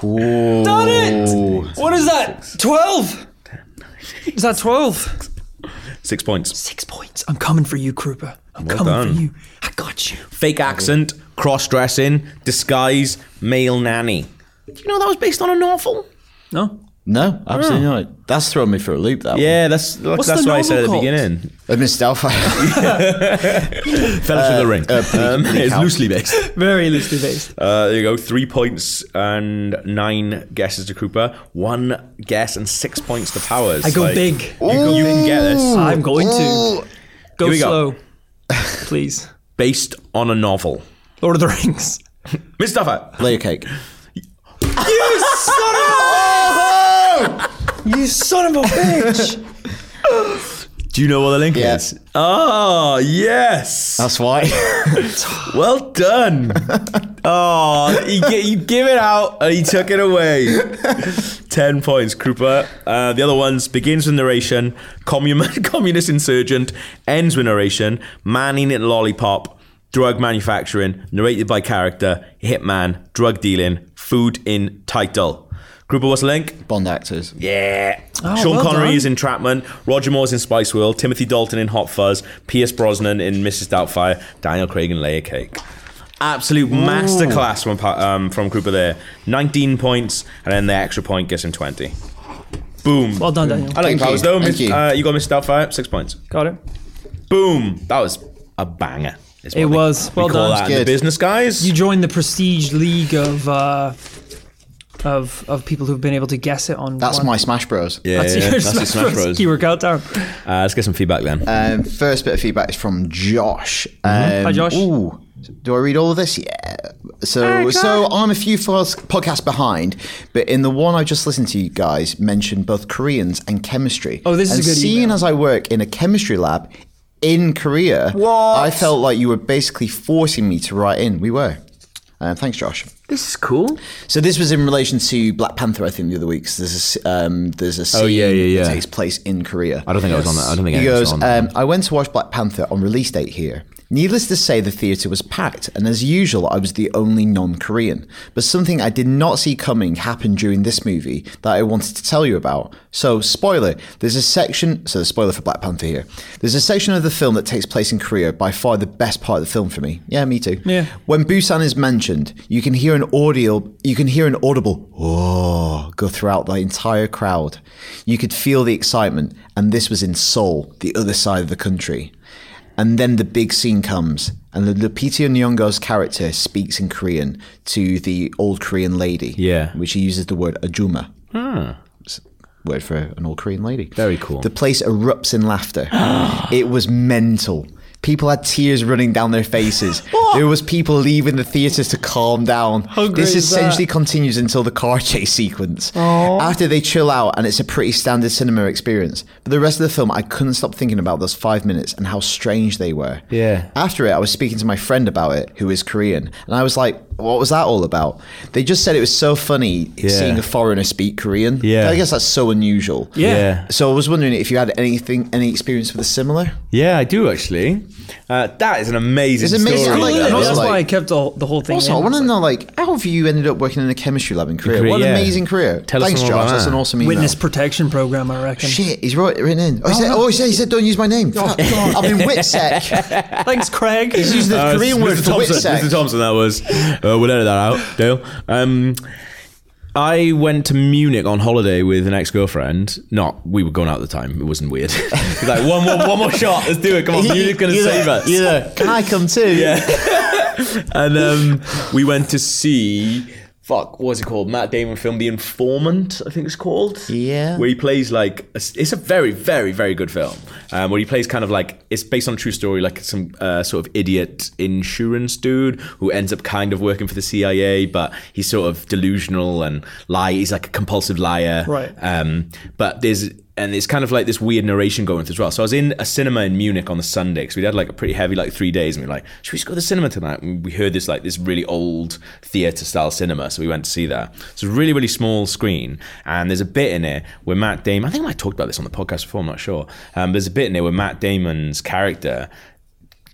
B: Done it! What is that? 12? Is that 12?
A: Six points.
B: Six points. I'm coming for you, Krupa. I'm
A: Well
B: coming
A: done.
B: for you. I got you.
A: Fake accent, cross dressing, disguise, male nanny. Do you know that was based on a novel?
B: No?
C: No, absolutely not. That's thrown me for a loop. That
A: Yeah, that's that's,
B: What's the
A: what I said at the
B: novel called?
A: beginning.
C: one. Uh, Miss Doubtfire.
A: Fellowship of the Ring.
C: uh, Bleak-
A: Um,
C: Bleak
A: it's
C: House.
A: loosely based.
B: Very loosely based.
A: Uh, there you go. Three points and nine guesses to Cooper. One guess and six points to Powers.
B: I go
A: Like,
B: big.
A: You, you can get this.
B: I'm going to. Go
A: Here we
B: slow.
A: go.
B: Please.
A: Based on a novel.
B: Lord of the Rings.
A: Mustafa.
C: Layer cake.
B: You son of a You son of a bitch!
A: Do you know what the link
C: Yeah.
A: is? Oh, yes.
C: That's why.
A: Well done. oh, he, gi- he give it out and he took it away. Ten points, Krupa. Uh, the other ones begins with narration, commun- communist insurgent, ends with narration, man eating lollipop, drug manufacturing, narrated by character, hitman, drug dealing, food in title. Krupa, what's the link?
C: Bond actors.
A: Yeah. Sean
B: well
A: Connery
B: done.
A: is in Trapman, Roger Moore's in Spice World, Timothy Dalton in Hot Fuzz, Pierce Brosnan in Mrs. Doubtfire, Daniel Craig in Layer Cake. Absolute masterclass from, Pa- um, from Krupa there. 19 points, and then the extra point gets him 20. Boom.
B: Well done, Daniel.
A: I like
C: Thank
A: powers
C: you.
A: though.
C: Thank
A: Miss-
C: you.
A: Uh, you got Mrs. Doubtfire, six points.
B: Got it.
A: Boom. That was a banger. is what
B: It
A: we-
B: was.
A: We
B: Well
A: call
B: done.
A: that in the
C: Good.
A: business, guys.
B: You joined the prestige league of uh, of of people who've been able to guess it on.
C: That's
B: one-
C: my Smash Bros.
A: yeah,
B: That's
A: yeah,
B: your
A: that's your Smash Bros.
B: keyword countdown.
A: Uh, let's get some feedback then.
C: Um, first bit of feedback is from Josh.
A: Mm-hmm.
C: Um,
B: Hi, Josh.
C: Ooh, do I read all of this? Yeah. So, so I'm a few fos- podcasts behind, but in the one I just listened to, you guys mentioned both Koreans and chemistry.
B: Oh, this is
C: and
B: a good
C: Seeing
B: email.
C: as I work in a chemistry lab in Korea,
A: What?
C: I felt like you were basically forcing me to write in. We were. Uh, thanks, Josh.
A: this is cool.
C: So this was in relation to Black Panther, I think, the other week. So there's a s- um, there's a scene
A: Oh, yeah, yeah, yeah.
C: that takes place in Korea.
A: I don't think I was on that. I don't think
C: He
A: I was
C: goes,
A: on that.
C: um, I went to watch Black Panther on release date here. Needless to say, the theatre was packed, and as usual, I was the only non Korean. But something I did not see coming happened during this movie that I wanted to tell you about. So, spoiler there's a section, so, spoiler for Black Panther here. There's a section of the film that takes place in Korea, by far the best part of the film for me. Yeah, me too.
B: Yeah.
C: When Busan is mentioned, you can hear an audio, you can hear an audible oh go throughout the entire crowd. You could feel the excitement, and this was in Seoul, the other side of the country. And then the big scene comes, and the Lupita Nyong'o's character speaks in Korean to the old Korean lady.
A: Yeah.
C: which he uses the word ajuma. It's a Word for an old Korean lady.
A: Very cool.
C: The place erupts in laughter. it was mental. People had tears running down their faces. there was people leaving the theaters to calm down.
B: great
C: this
B: is that?
C: essentially continues until the car chase sequence.
A: Oh.
C: After they chill out, and it's a pretty standard cinema experience. But the rest of the film, I couldn't stop thinking about those five minutes and how strange they were.
A: Yeah.
C: After it, I was speaking to my friend about it, who is Korean, and I was like, "What was that all about?" They just said it was so funny seeing a foreigner speak Korean.
A: Yeah.
C: I guess that's so unusual.
B: Yeah.
C: So I was wondering if you had anything, any experience with a similar.
A: Yeah, I do actually. Uh, that is an amazing.
C: It's amazing,
A: Story,
C: like,
A: that
C: I
B: And
C: know,
A: is.
B: that's
C: like-
B: why I kept the, the whole thing.
C: Also, I
B: in.
C: want to know, like, how have you ended up working in a chemistry lab in Korea?
A: Korea,
C: what an
A: yeah.
C: amazing career!
A: Tell us
C: Thanks,
A: more about
C: Josh. That's
A: that.
C: an awesome email.
B: witness protection program. I reckon.
C: Shit, he's right, written in. Oh, he, said,
B: no.
C: oh, he, said, he said, don't use my name. Fuck, I've been Witsec.
B: Thanks, Craig.
C: He's used the
A: Uh,
C: Korean
A: Mr.
C: word for
A: Thompson, Mr.
C: Witsec.
A: Thompson, that was. Uh, we'll edit that out, Dale. Um, I went to Munich on holiday with an ex-girlfriend. Not, we were going out at the time. It wasn't weird. It's like one more, one more shot. Let's do it. Come on, Munich's gonna save us.
C: Yeah. Can I come too? Yeah.
A: And um, we went to see. Fuck, what's it called? Matt Damon film, The Informant, I think it's called.
C: Yeah.
A: Where he plays like, a s- it's a very, very, very good film. Um, where he plays kind of like, it's based on a true story, like some uh, sort of idiot insurance dude who ends up kind of working for the CIA, but he's sort of delusional and lie. He's like a compulsive liar.
B: Right.
A: Um, but there's and it's kind of like this weird narration going through as well. So I was in a cinema in Munich on the Sunday because we'd had like a pretty heavy like three days, and we were like, should we just go to the cinema tonight? And we heard this like this really old theater style cinema, so we went to see that. It's a really really small screen, and there's a bit in it where Matt Damon. I think I might talked about this on the podcast before. I'm not sure. Um, there's a bit in it where Matt Damon's character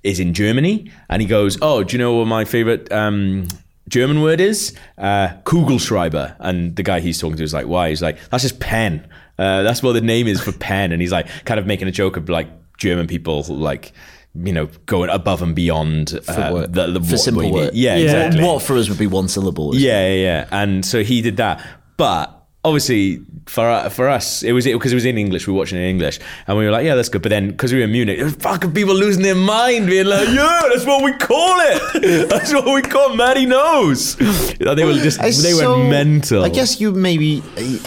A: is in Germany, and he goes, "Oh, do you know what my favorite um, German word is? Uh, Kugelschreiber." And the guy he's talking to is like, "Why?" He's like, "That's just pen. Uh, that's what the name is for pen." And he's like, kind of making a joke of like German people like. You know, going above and beyond uh,
C: for,
A: the, the what-
C: simple
A: what you need.
C: word.
A: Yeah, exactly.
C: What for us would be one syllable. isn't it?
A: Yeah, yeah, yeah. And so he did that, but obviously for for us it was because it, was in English. We were watching it in English, and we were like, yeah, that's good. But then because we were in Munich, there was fucking people losing their mind, being like, yeah, that's what we call it. That's what we call. Maddie knows. They were just
C: It's
A: they
C: so-
A: were mental.
C: I guess you maybe.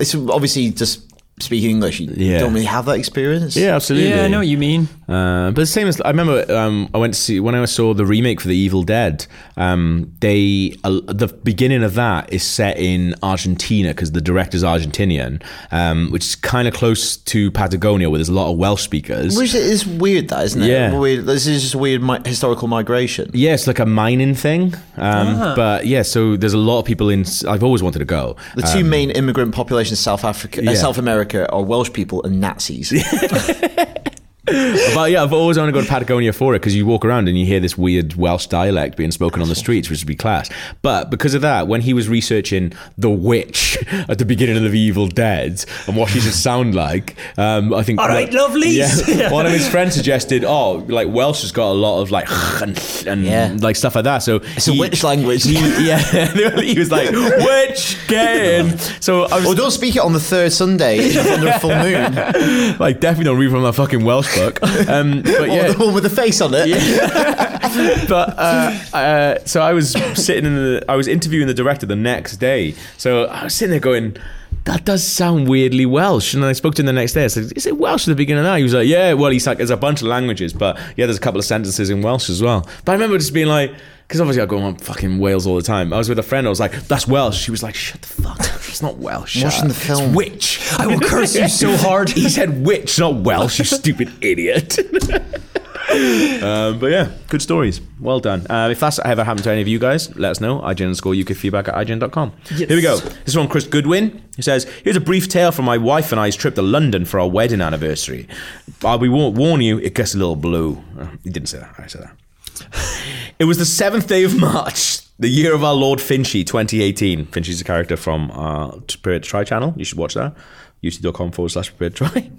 C: It's obviously just speaking English. You
A: Yeah.
C: don't really have that experience.
A: Yeah, absolutely.
B: Yeah, I know what you mean.
A: Uh, but the same as I remember, um, I went to see when I saw the remake for The Evil Dead. Um, they uh, the beginning of that is set in Argentina because the director's Argentinian, um, which is kind of close to Patagonia, where there's a lot of Welsh speakers.
C: Which is weird, that isn't it?
A: Yeah.
C: Weird. This is just weird mi- historical migration.
A: Yeah, it's like a mining thing. Um, But yeah, so there's a lot of people in. I've always wanted to go.
C: The two main immigrant populations in South Africa,
A: Um, yeah.
C: uh, South America, are Welsh people and Nazis.
A: But yeah, I've always wanted to go to Patagonia for it because you walk around and you hear this weird Welsh dialect being spoken on the streets, which would be class. But because of that, when he was researching the witch at the beginning of the Evil Dead and what she should sound like, um, I think.
B: All right,
A: one-
B: lovelies.
A: Yeah, one of his friends suggested, oh, like Welsh has got a lot of like and, and
C: Yeah.
A: like stuff like that. So
C: It's a witch language.
A: He, yeah, he was like witch game. So I was
C: or don't speak it on the third Sunday under a full moon.
A: like, definitely don't read from that fucking Welsh book. Um, but
C: Or
A: yeah,
C: the one with the face on it.
A: but uh, uh, so I was sitting in the, I was interviewing the director the next day. So I was sitting there going, that does sound weirdly Welsh. And then I spoke to him the next day. I said, is it Welsh at the beginning of that? He was like, yeah. Well, he's like, there's a bunch of languages, but yeah, there's a couple of sentences in Welsh as well. But I remember just being like, because obviously I go on fucking Wales all the time. I was with a friend. I was like, that's Welsh. She was like, shut the fuck up. It's not Welsh. Shut
C: Watching
A: up.
C: the film.
A: It's witch.
B: I will curse you so hard.
A: He said witch, not Welsh, you stupid idiot. um, but yeah, good stories. Well done. Um, if that's ever happened to any of you guys, let us know. IGN underscore UK feedback at IGN.com. Here we go. This is from Chris Goodwin. He says, Here's a brief tale from my wife and I's trip to London for our wedding anniversary. I'll be war- warn you, it gets a little blue. Uh, He didn't say that. I said that. It was the seventh day of March, the year of our Lord Finchy, 2018. Finchy's a character from uh, our Prepared to Try channel. You should watch that. YouTube.com forward slash prepared to try.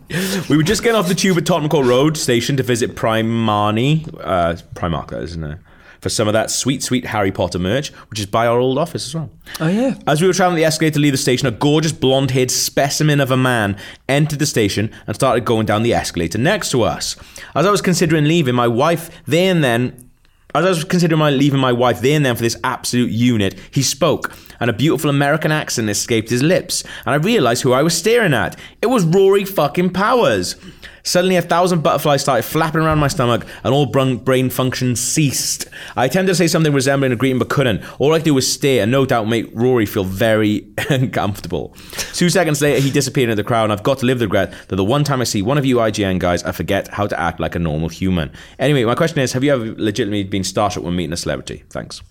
A: we were just getting off the tube at Tottenham Court Road station to visit Primarni, uh, Primark, that is, isn't it? For some of that sweet, sweet Harry Potter merch, which is by our old office as well.
B: Oh yeah.
A: As we were traveling the escalator to leave the station, a gorgeous blonde haired specimen of a man entered the station and started going down the escalator next to us. As I was considering leaving, my wife there and then. As I was considering my leaving my wife there and then for this absolute unit, he spoke, and a beautiful American accent escaped his lips, and I realized who I was staring at. It was Rory fucking Powers. Suddenly, a thousand butterflies started flapping around my stomach, and all brun- brain function ceased. I attempted to say something resembling a greeting, but couldn't. All I could do was stare, and no doubt make Rory feel very uncomfortable. Two seconds later, he disappeared into the crowd, and I've got to live the regret that the one time I see one of you IGN guys, I forget how to act like a normal human. Anyway, my question is: Have you ever legitimately been starstruck when meeting a celebrity? Thanks,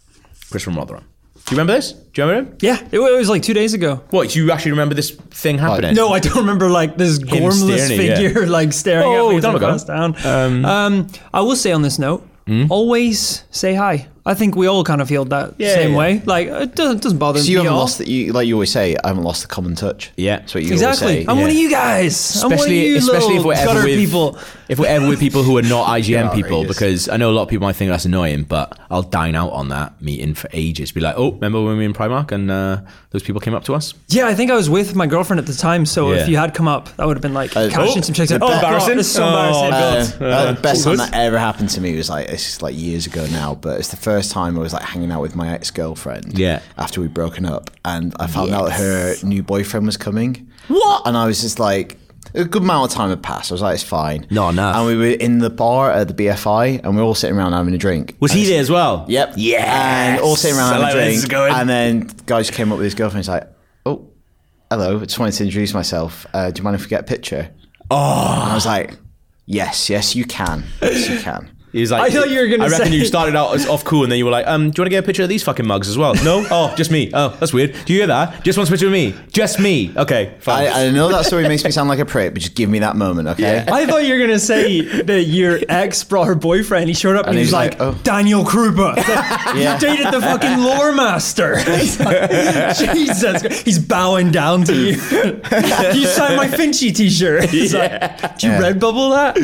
A: Chris from Rotherham. Do you remember this? Do you remember him?
B: Yeah, it wa- it was like two days ago.
A: What? Do you actually remember this thing happening?
B: No, I don't remember like this gormless
A: staring at you,
B: figure like staring
A: Oh,
B: at me as
A: don't
B: I
A: look up.
B: crossed down. Um, I will say on this note,
A: Hmm?
B: always say hi. I think we all kind of feel that
A: Yeah,
B: same
A: yeah.
B: way. Like it doesn't doesn't bother
C: So
B: me
C: you
B: at
C: haven't
B: all.
C: lost that. You like you always say, I haven't lost the common touch.
A: Yeah.
C: that's what you
B: exactly.
C: always say.
B: I'm one of
A: Yeah.
B: you guys. I'm one of you little gutter
A: with
B: people.
A: if we're ever with people who are not IGN people,
C: outrageous.
A: because I know a lot of people might think that's annoying, but I'll dine out on that meeting for ages. Be like, oh, remember when we were in Primark and uh, those people came up to us?
B: Yeah, I think I was with my girlfriend at the time, so
A: Yeah.
B: if you had come up, that would have been like
C: Uh,
B: cashing
C: oh,
B: some chicks. in.
C: the
B: Oh,
C: best-
B: God, this is so
A: Oh,
B: embarrassing.
A: God.
C: Uh, uh, the best
A: all
C: time
A: good.
C: that ever happened to me was like this is like years ago now, but it's the first time I was like hanging out with my ex girlfriend.
A: Yeah.
C: After we'd broken up, and I found out her new boyfriend was coming. What? And I was just like. A good amount of time had passed. I was like, "It's fine."
A: Not enough.
C: And we were in the bar at the BFI, and we were all sitting around having a drink.
A: Was he there as well?
C: Yep.
A: Yes.
C: And all sitting
A: I
C: around having
A: like where
C: a
A: this is
C: drink.
A: going.
C: And then guys came up with his girlfriend. He's like, "Oh, hello, I just wanted to introduce myself. Uh, do you mind if we get a picture? Oh. And I was like, yes, yes, you can. Yes, you can.
A: He's like,
B: I thought you were gonna
A: I reckon
B: say-
A: you started out as off cool, and then you were like, um, do you want to get a picture of these fucking mugs as well? No, oh, just me. Oh, that's weird. Do you hear that? Just one picture of me. Just me. Okay, fine.
C: I, I know that story makes me sound like a prick, but just give me that moment, okay?
B: I thought you were gonna say that your ex brought her boyfriend. He showed up and, he was like,
C: "Oh."
B: Daniel Krupa. You dated the fucking lore master. He's like, Jesus, Christ. he's bowing down to you. you signed my Finchy T-shirt. He's like, "Did you
C: Yeah.
B: red bubble that?"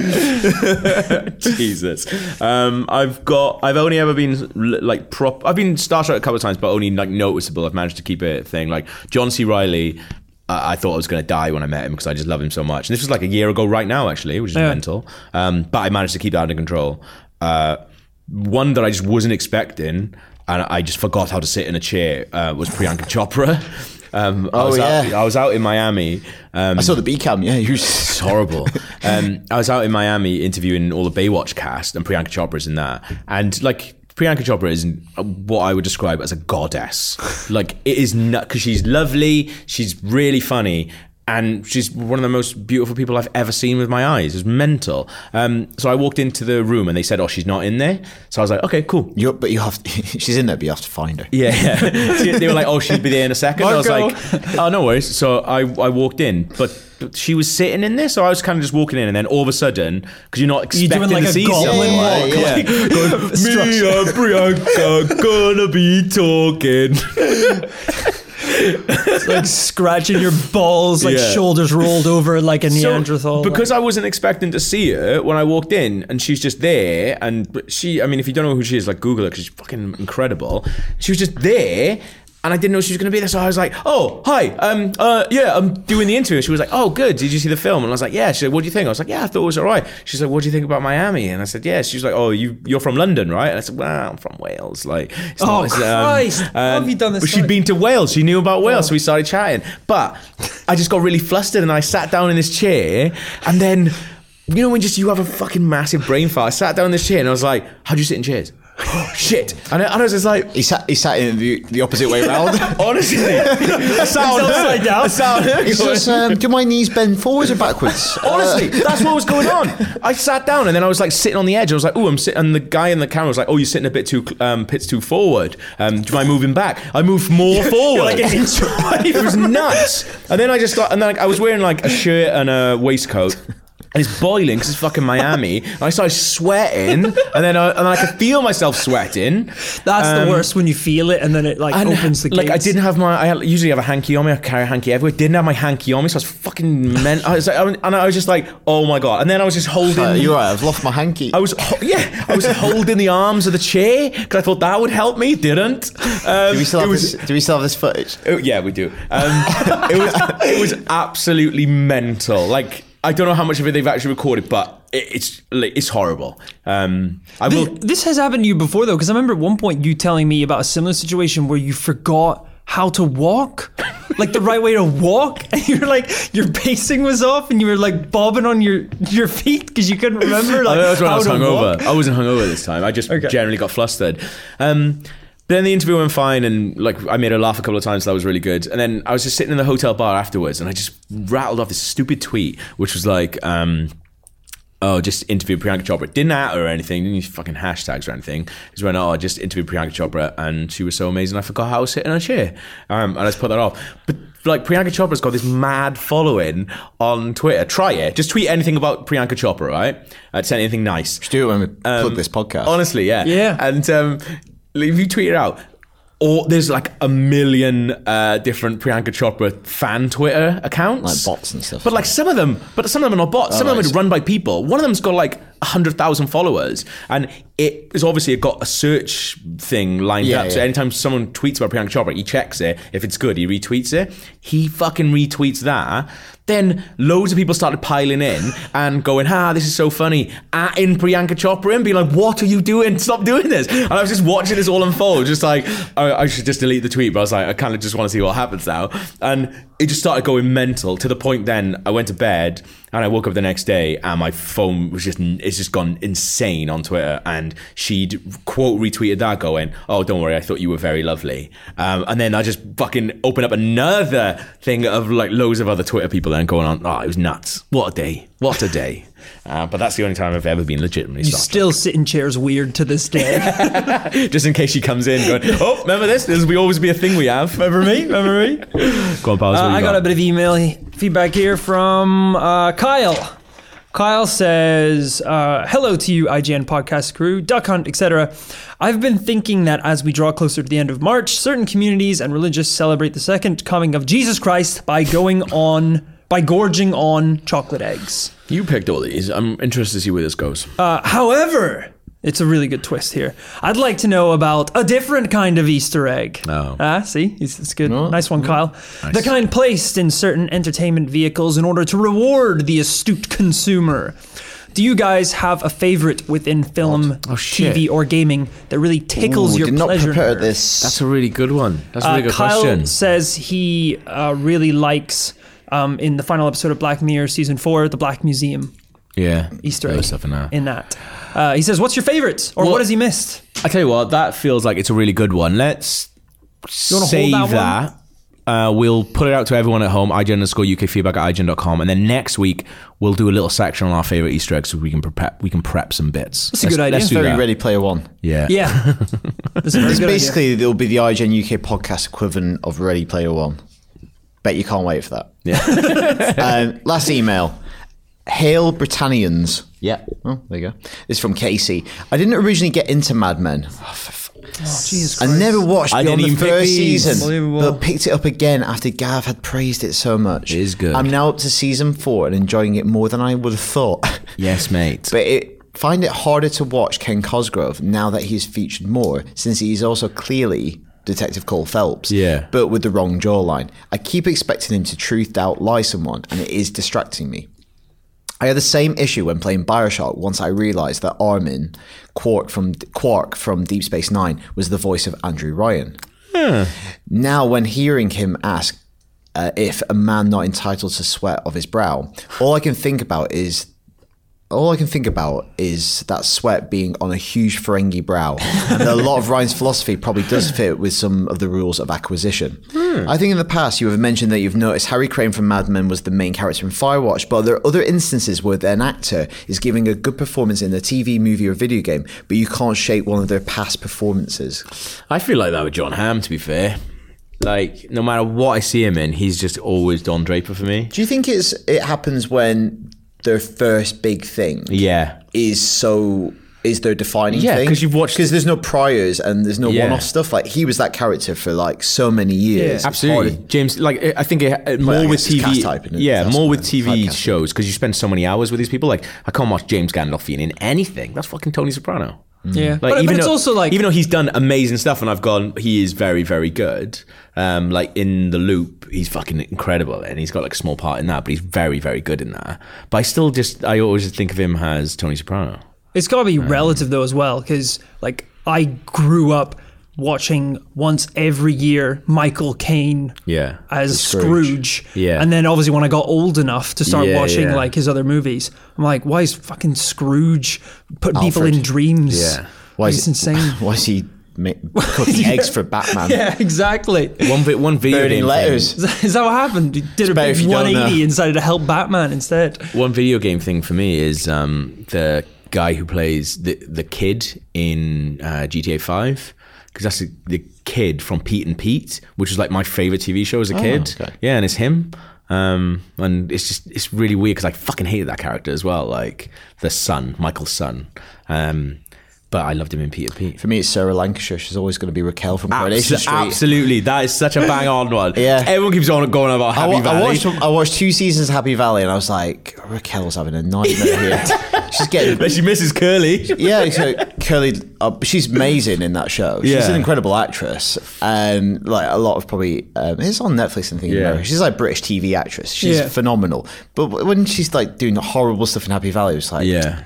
A: Jesus. Um, I've got. I've only ever been l- like prop. I've been Star Trek a couple of times, but only like noticeable. I've managed to keep it a thing. Like John C. Riley. I I thought I was going to die when I met him because I just love him so much. And this was like a year ago, right now, actually, which is mental. Um, but I managed to keep that under control. Uh, one that I just wasn't expecting, and I just forgot how to sit in a chair, uh, was Priyanka Chopra. Um, I
C: Oh,
A: was out,
C: yeah.
A: I was out in Miami. Um,
C: I saw the B cam, yeah. You
A: it's horrible. Um, I was out in Miami interviewing all the Baywatch cast, and Priyanka Chopra's in that. And like, Priyanka Chopra is what I would describe as a goddess. Like, it is nut because she's lovely, she's really funny. And she's one of the most beautiful people I've ever seen with my eyes. It's mental. Um, so I walked into the room and they said, "Oh, she's not in there." So I was like, "Okay, cool."
C: you but you have she's in there, but you have to find her.
A: Yeah, yeah. So they were like, "Oh, she'd be there in a second. I was
B: Marco.
A: like, "Oh, no worries." So I, I walked in, but, but she was sitting in there, so I was kind of just walking in, and then all of a sudden, because you're not
B: You're
A: expecting
B: doing like
A: to
B: a
A: see
B: goblin
A: someone,
C: Yeah,
B: walk.
C: yeah.
B: like-
A: me and Priyanka gonna be talking.
B: like scratching your balls, like
A: Yeah.
B: shoulders rolled over like a
A: So,
B: Neanderthal.
A: because I wasn't expecting to see her when I walked in, and she's just there. And but she, I mean, if you don't know who she is, like Google her because she's fucking incredible. She was just there. And I didn't know she was going to be there, so I was like, "Oh, hi, um, uh, yeah, I'm doing the interview." She was like, "Oh, good. Did you see the film?" And I was like, "Yeah." She said, "What do you think?" I was like, "Yeah, I thought it was all right." She's like, "What do you think about Miami?" And I said, "Yeah." She was like, "Oh, you you're from London, right?" And I said, "Well, I'm from Wales." Like, it's
B: Oh,
A: it's, um,
B: Christ. How have you done this Oh.
A: But she'd
B: time?
A: been been to Wales. She knew about Wales, so we started chatting. But I just got really flustered and I sat down in this chair and then you know when just you have a fucking massive brain fart. I sat down in this chair and I was like, How do you sit in chairs? Shit. And I, and I was just like
C: He sat he sat in the, the opposite way around.
A: Honestly, I sound
B: upside
A: her.
B: down.
A: I sound her.
C: It's just, um, do my knees bend forwards or backwards? Uh,
A: Honestly, that's what was going on. I sat down and then I was like sitting on the edge. I was like, "Oh, I'm sitting." And the guy in the camera was like, "Oh, you're sitting a bit too cl- um, pits too forward. Um, do you mind moving back?" I moved more forward.
B: like an inch away.
A: it was nuts. And then I just got, and then like, I was wearing like a shirt and a waistcoat. And it's boiling because it's fucking Miami. And I started sweating, and then I, and then I could feel myself sweating.
B: that's the worst when you feel it and then it like
A: And,
B: opens the
A: like Um, I
B: gates.
A: didn't have my. I usually have a hanky on me. I carry a hanky everywhere. Didn't have my hanky on me, so I was fucking meant. I was like, I was- and I was just like, oh my god. And then I was just holding.
C: Uh, you're right, I've lost my hanky.
A: I was ho- yeah. I was holding the arms of the chair because I thought that would help me. Didn't. Um,
C: do we still
A: it
C: have
A: was-
C: this do we still have this footage?
A: Oh, yeah, we do. Um, it was it was absolutely mental. Like I don't know how much of it they've actually recorded, but it, it's like, it's horrible. Um, I
B: This,
A: will.
B: this has happened to you before though, because I remember at one point you telling me about a similar situation where you forgot how to walk, like the right way to walk, and you were like your pacing was off, and you were like bobbing on your your feet because you couldn't remember
A: I
B: like
A: think that's when
B: how
A: I was
B: to
A: hungover.
B: walk.
A: I wasn't hungover this time. I just generally got flustered. Um, but then the interview went fine, and like I made her laugh a couple of times. That was really good. And then I was just sitting in the hotel bar afterwards, and I just rattled off this stupid tweet, which was like. Um, oh, just interviewed Priyanka Chopra. Didn't at her or anything. Didn't use fucking hashtags or anything. Just went, oh, I just interviewed Priyanka Chopra and she was so amazing. I forgot how I was sitting in a chair. Um, and I just put that off. But like Priyanka Chopra's got this mad following on Twitter. Try it. Just tweet anything about Priyanka Chopra, right? Uh, send anything nice.
C: Do it when we
A: Um,
C: plug this podcast.
A: Honestly, yeah.
B: Yeah.
A: And um, if you tweet it out, or there's like a million uh, different Priyanka Chopra fan Twitter accounts,
C: Like bots and stuff. Oh,
A: But like some of them, but some of them are not bots. some of them
C: right.
A: are run by people. One of them's got like hundred thousand followers, and it has obviously got a search thing lined
C: Yeah,
A: up. So
C: yeah.
A: anytime someone tweets about Priyanka Chopra, he checks it. If it's good, he retweets it. He fucking retweets that. Then loads of people started piling in and going, "Ah, this is so funny!" At in Priyanka Chopra and being like, "What are you doing? Stop doing this!" And I was just watching this all unfold, just like I, I should just delete the tweet, but I was like, I kind of just want to see what happens now. And it just started going mental to the point. Then I went to bed. And I woke up the next day and my phone was just it's just gone insane on Twitter. And she'd quote retweeted that going, "Oh, don't worry, I thought you were very lovely." Um, and then I just fucking open up another thing of like loads of other Twitter people then going on, "Oh, it was nuts. What a day. What a day." Uh, but that's the only time I've ever been legitimately
B: You
A: starstruck.
B: still sit in chairs weird to this day.
A: just in case she comes in going, "Oh, remember this? This will always be a thing we have." Remember me? Remember me? Go on, pals.
B: Uh,
A: what you
B: I got a bit of email he- feedback here from uh, Kyle. Kyle says, uh, "Hello to you, IGN podcast crew, Duck Hunt, etc. I've been thinking that as we draw closer to the end of March, certain communities and religious celebrate the second coming of Jesus Christ by going on." By gorging on chocolate eggs.
A: You picked all these. I'm interested to see where this goes.
B: Uh, however, it's a really good twist here. I'd like to know about a different kind of Easter egg.
A: Oh.
B: Ah, see, it's, it's good. nice one, Kyle. The kind placed in certain entertainment vehicles in order to reward the astute consumer. Do you guys have a favorite within film,
A: shit.
B: TV, or gaming that really tickles
C: Ooh,
B: your
C: did not
B: pleasure?
C: prepare
B: nerve?
C: this.
A: That's a really good one. That's a
B: Uh,
A: really good
B: Kyle
A: question.
B: says he uh, really likes um, in the final episode of Black Mirror season four, the Black Museum
A: Yeah,
B: Easter
A: Other
B: egg
A: stuff in there.
B: in that. Uh, he says, "What's your favorite, or
A: Well-
B: what has he missed?"
A: I tell you what, that feels like it's a really good one. Let's
B: wanna hold
A: save
B: that one?
A: that. Uh, we'll put it out to everyone at home, IGN underscore UK feedback at IGN.com. And then next week, we'll do a little section on our favorite Easter eggs so we can prep, we can prep some bits.
B: That's a good idea.
A: Let's do
C: very
A: that.
C: Ready Player One.
A: Yeah.
B: Yeah, That's a very
C: It's
B: good idea.
C: basically it'll be the IGN UK podcast equivalent of Ready Player One. Bet you can't wait for that. Yeah. um, last email. Hail Britannians.
A: Yeah.
C: Oh, there you go. This is from Casey. I didn't originally get into Mad Men. Oh, for fuck-
B: Jesus
C: I
B: Christ.
C: never watched
A: I
C: beyond
A: didn't
C: the
A: even pick
C: first
A: these.
C: season,
B: Unbelievable.
C: but picked it up again after Gav had praised it so much.
A: It is good.
C: I'm now up to season four and enjoying it more than I would have thought.
A: Yes, mate.
C: but it find it harder to watch Ken Cosgrove now that he's featured more, since he's also clearly Detective Cole Phelps.
A: Yeah.
C: But with the wrong jawline. I keep expecting him to truth out lie someone, and it is distracting me. I had the same issue when playing Bioshock once I realised that Armin Quark from Quark from Deep Space Nine was the voice of Andrew Ryan. Now, when hearing him ask uh, if a man not entitled to sweat of his brow, all I can think about is all I can think about is that sweat being on a huge Ferengi brow. and a lot of Ryan's philosophy probably does fit with some of the rules of acquisition. I think in the past you have mentioned that you've noticed Harry Crane from Mad Men was the main character in Firewatch, but there are other instances where an actor is giving a good performance in a TV, movie, or video game, but you can't shape one of their past performances.
A: I feel like that with John Hamm, to be fair. Like, no matter what I see him in, he's just always Don Draper for me.
C: Do you think it's it happens when their first big thing
A: Yeah.
C: is so is their defining
A: Yeah,
C: thing?
A: 'cause you've watched-
C: because there's no priors and there's no
A: Yeah.
C: one-off stuff. Like he was that character for like so many years. It's
A: Absolutely,
C: hard.
A: James. Like I- I think it, it- more
C: Well, I
A: with
C: guess it's
A: TV,
C: cast type, isn't it?
A: yeah,
C: That's
A: more with
C: fine.
A: TV
C: Typecasting.
A: shows because you spend so many hours with these people. Like I can't watch James Gandolfini in anything. That's fucking Tony Soprano.
B: Yeah,
A: Mm. Like,
B: Mm. but,
A: even
B: but it's
A: though,
B: also like
A: even though he's done amazing stuff, and I've gone, he is very, very good. Um, like in the loop, he's fucking incredible, and he's got like a small part in that, but he's very, very good in that. But I still just, I always think of him as Tony Soprano.
B: it's got to be relative though as well, because like I grew up watching once every year Michael Caine
A: Yeah,
B: as
C: Scrooge.
B: Scrooge.
A: Yeah.
B: and then obviously when I got old enough to start
A: Yeah,
B: watching
A: yeah.
B: like his other movies, I'm like, why is fucking Scrooge putting people in
C: Alfred.
B: dreams?
A: Yeah.
C: Why is
B: it's
C: it-
B: insane.
C: Why is he ma- cooking eggs for Batman?
B: yeah, exactly.
A: one vi- one video
C: Burning
A: game
C: letters.
A: thing-
B: Is that, is that what happened? He did a
C: better if
B: big
C: you don't
B: 180
C: know.
B: and decided to help Batman instead.
A: One video game thing for me is um, the guy who plays the the kid in uh, GTA Five because that's the, the kid from Pete and Pete, which was like my favorite TV show as a kid.
C: Oh, okay.
A: Yeah, and it's him. Um, and it's just it's really weird because I fucking hated that character as well, like the son, Michael's son. Um, but I loved him in Pete and Pete.
C: For me, it's Sarah Lancashire. She's always going to be Raquel from Coronation
A: Abso-
C: Street.
A: Absolutely, that is such a bang on one.
C: Yeah.
A: everyone keeps on going about
C: I,
A: Happy
C: wa-
A: Valley.
C: I watched, I watched two seasons of Happy Valley and I was like, Raquel's having a nightmare here. She's getting
A: but she misses Curly.
C: yeah, so curly. Uh, she's amazing in that show. She's
A: Yeah.
C: an incredible actress, and like a lot of probably um, it's on Netflix and things. in
A: Yeah.
C: America. She's like British TV actress. She's
B: Yeah.
C: phenomenal. But w- when she's like doing horrible stuff in Happy Valley, it's like
A: Yeah.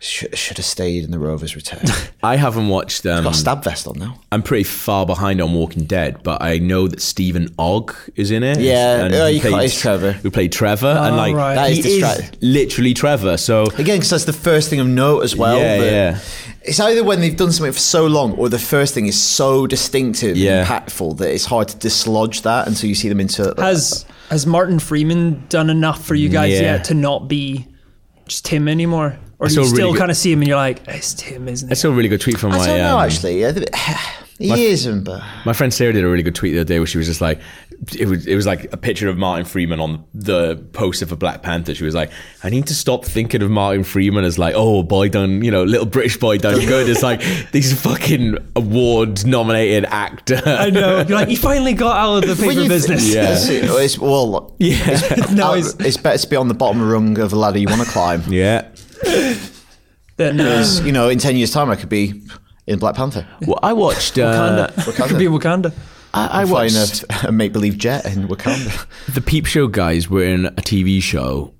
C: Should, should have stayed in the Rover's Return.
A: I haven't watched. Um,
C: Got a stab vest on now.
A: I'm pretty far behind on Walking Dead, but I know that Stephen Ogg is in it.
C: Yeah,
A: and
C: oh,
A: who
C: you call- he's Trevor.
A: Who played Trevor, and like
B: Ah, right. That
C: is
A: he
C: distract-
A: literally Trevor. So
C: Again, because that's the first thing of note as well.
A: Yeah,
C: that
A: yeah.
C: It's either when they've done something for so long, or the first thing is so distinctive,
A: Yeah.
C: and impactful that it's hard to dislodge that until you see them into.
B: Has has Martin Freeman done enough for you guys
A: Yeah.
B: yet to not be just Tim anymore? Or do
A: saw
B: you
A: a really
B: still
A: good-
B: kind of see him and you're like, it's Tim, isn't
A: I
B: it?
A: saw a really good tweet from
C: I
A: my.
C: don't know
A: um,
C: actually. I think- He isn't, but
A: My friend Sarah did a really good tweet the other day where she was just like, it was it was like a picture of Martin Freeman on the poster for Black Panther. She was like, I need to stop thinking of Martin Freeman as like, oh, boy done, you know, little British boy done good. It's like these fucking award nominated actor.
B: I know. You're like, he finally got out of the
C: When
B: paper
C: you-
B: business.
A: Yeah.
C: It's, it's- well,
A: yeah,
B: No,
C: out-
B: he's-
C: it's, better to be on the bottom rung of a ladder you want to climb.
A: yeah.
B: Then, uh,
C: Because you know, in ten years' time, I could be in Black Panther.
A: Well, I watched. Uh,
B: Wakanda. It could be Wakanda.
C: I, I flying a, a make-believe jet in Wakanda.
A: the Peep Show guys were in a TV show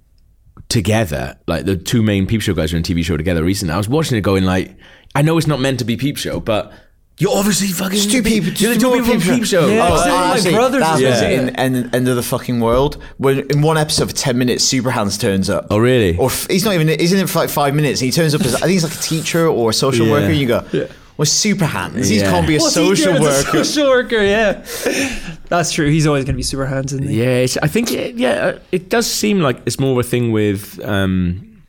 A: together. Like the two main Peep Show guys were in a TV show together recently. I was watching it going like, I know it's not meant to be Peep Show, but you're obviously fucking
C: It's two people.
A: You're the two people from Peep Show.
B: Yeah.
A: Oh,
B: it's like my
C: honestly,
B: brothers
C: that
B: is
C: was
A: in
C: in end, end of the fucking world. When in one episode for ten minutes, Superhands turns up.
A: Oh, really?
C: Or f- he's not even. He's in it for like five minutes, and he turns up as I think he's like a teacher or a social
A: Yeah.
C: worker. And you go, well, Superhands. He
A: Yeah.
C: can't be a
B: What's he
C: social
B: doing as a
C: worker.
B: social worker, yeah. That's true. He's always going to be super hands in
A: yeah, it's, I think it, yeah, uh, it does seem like it's more of a thing with um,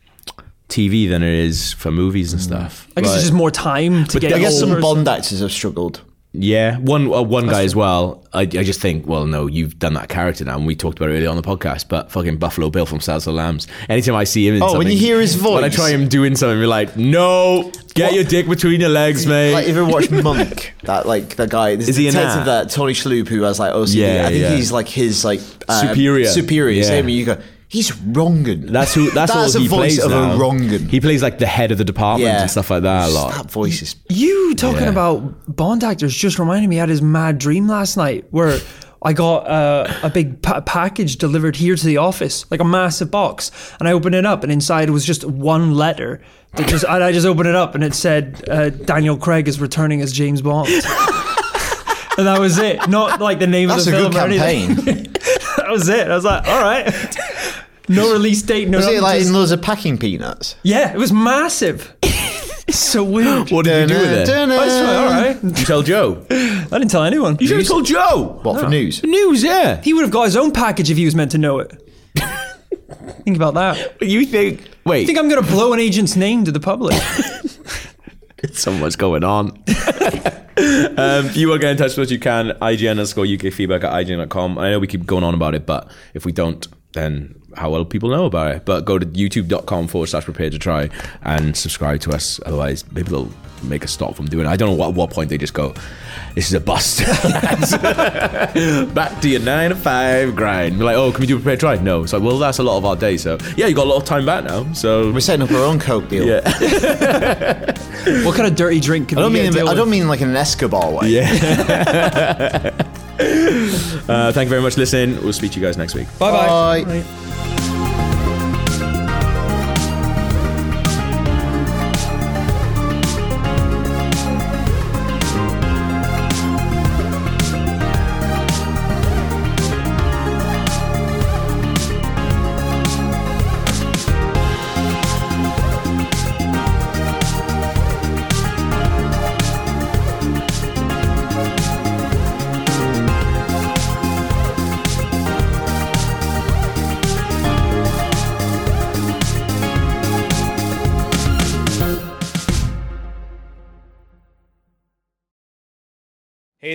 A: TV than it is for movies and stuff.
B: I guess
A: Like-
B: it's just more time to get
C: I guess some
B: older.
C: Bond actors have struggled.
A: Yeah, one uh, one guy as well. I, I just think, well, no, you've done that character now, and we talked about it earlier on the podcast. But fucking Buffalo Bill from Silence of the Lambs. Anytime I see him, in
C: Oh, when
A: something-
C: you hear his
A: when I
C: voice.
A: try him doing something, you're like, no, get your dick between your legs, mate.
C: Like, if you watch Monk, that like that guy, is
A: he in
C: detective
A: that?
C: that Tony Shalhoub who has like OCD?
A: Yeah,
C: I think
A: yeah.
C: he's like his like uh,
A: Superior.
C: Superior.
A: Yeah.
C: Same. You go. He's wronging.
A: that's who. That's,
C: that's
A: all
C: a
A: he
C: voice
A: plays
C: of
A: now.
C: a wronging.
A: He plays like the head of the department and stuff like that a lot.
C: That voice is
B: You talking
A: Yeah.
B: about Bond actors just reminded me I had his mad dream last night where I got uh, a big pa- package delivered here to the office, like a massive box, and I opened it up and inside was just one letter that just and I just opened it up and it said uh, Daniel Craig is returning as James Bond. And that was it. Not like the name
C: that's
B: of
C: a
B: the
C: good
B: film or anything.
C: campaign.
B: That was it. I was like, all right. No release date. No.
C: Was it
B: nothing,
C: like
B: just-
C: in loads of packing peanuts?
B: yeah, it was massive. It's so weird.
A: What did you do with it? Oh,
B: I swear, all right.
A: You tell Joe.
B: I didn't tell anyone.
A: You should have told Joe.
C: What for news?
A: News, yeah.
B: He would have got his own package if he was meant to know it. Think about that. You
A: You think? Wait,
B: think I'm going to blow an agent's name to the public?
A: so much going on. um, if you want to get in touch with us, you can. IGN underscore UK feedback at IGN.com. I know we keep going on about it, but if we don't, then how will people know about it? But go to youtube.com forward slash prepare to try and subscribe to us. Otherwise, maybe they'll make us stop from doing it. I don't know what, what point they just go, this is a bust. Back to your nine to five grind. We're like, oh, can we do a prepare try? No. It's like, well, that's a lot of our day. So, yeah, you got a lot of time back now. So,
C: We're setting up our own coke deal.
A: Yeah.
B: what kind of dirty drink can
C: I don't
B: we
C: mean
B: get a deal
C: I
B: with?
C: don't mean like in an Escobar way.
A: Yeah. uh, thank you very much, for listening. We'll speak to you guys next week.
B: Bye-bye.
C: Bye.
B: bye bye
E: Hey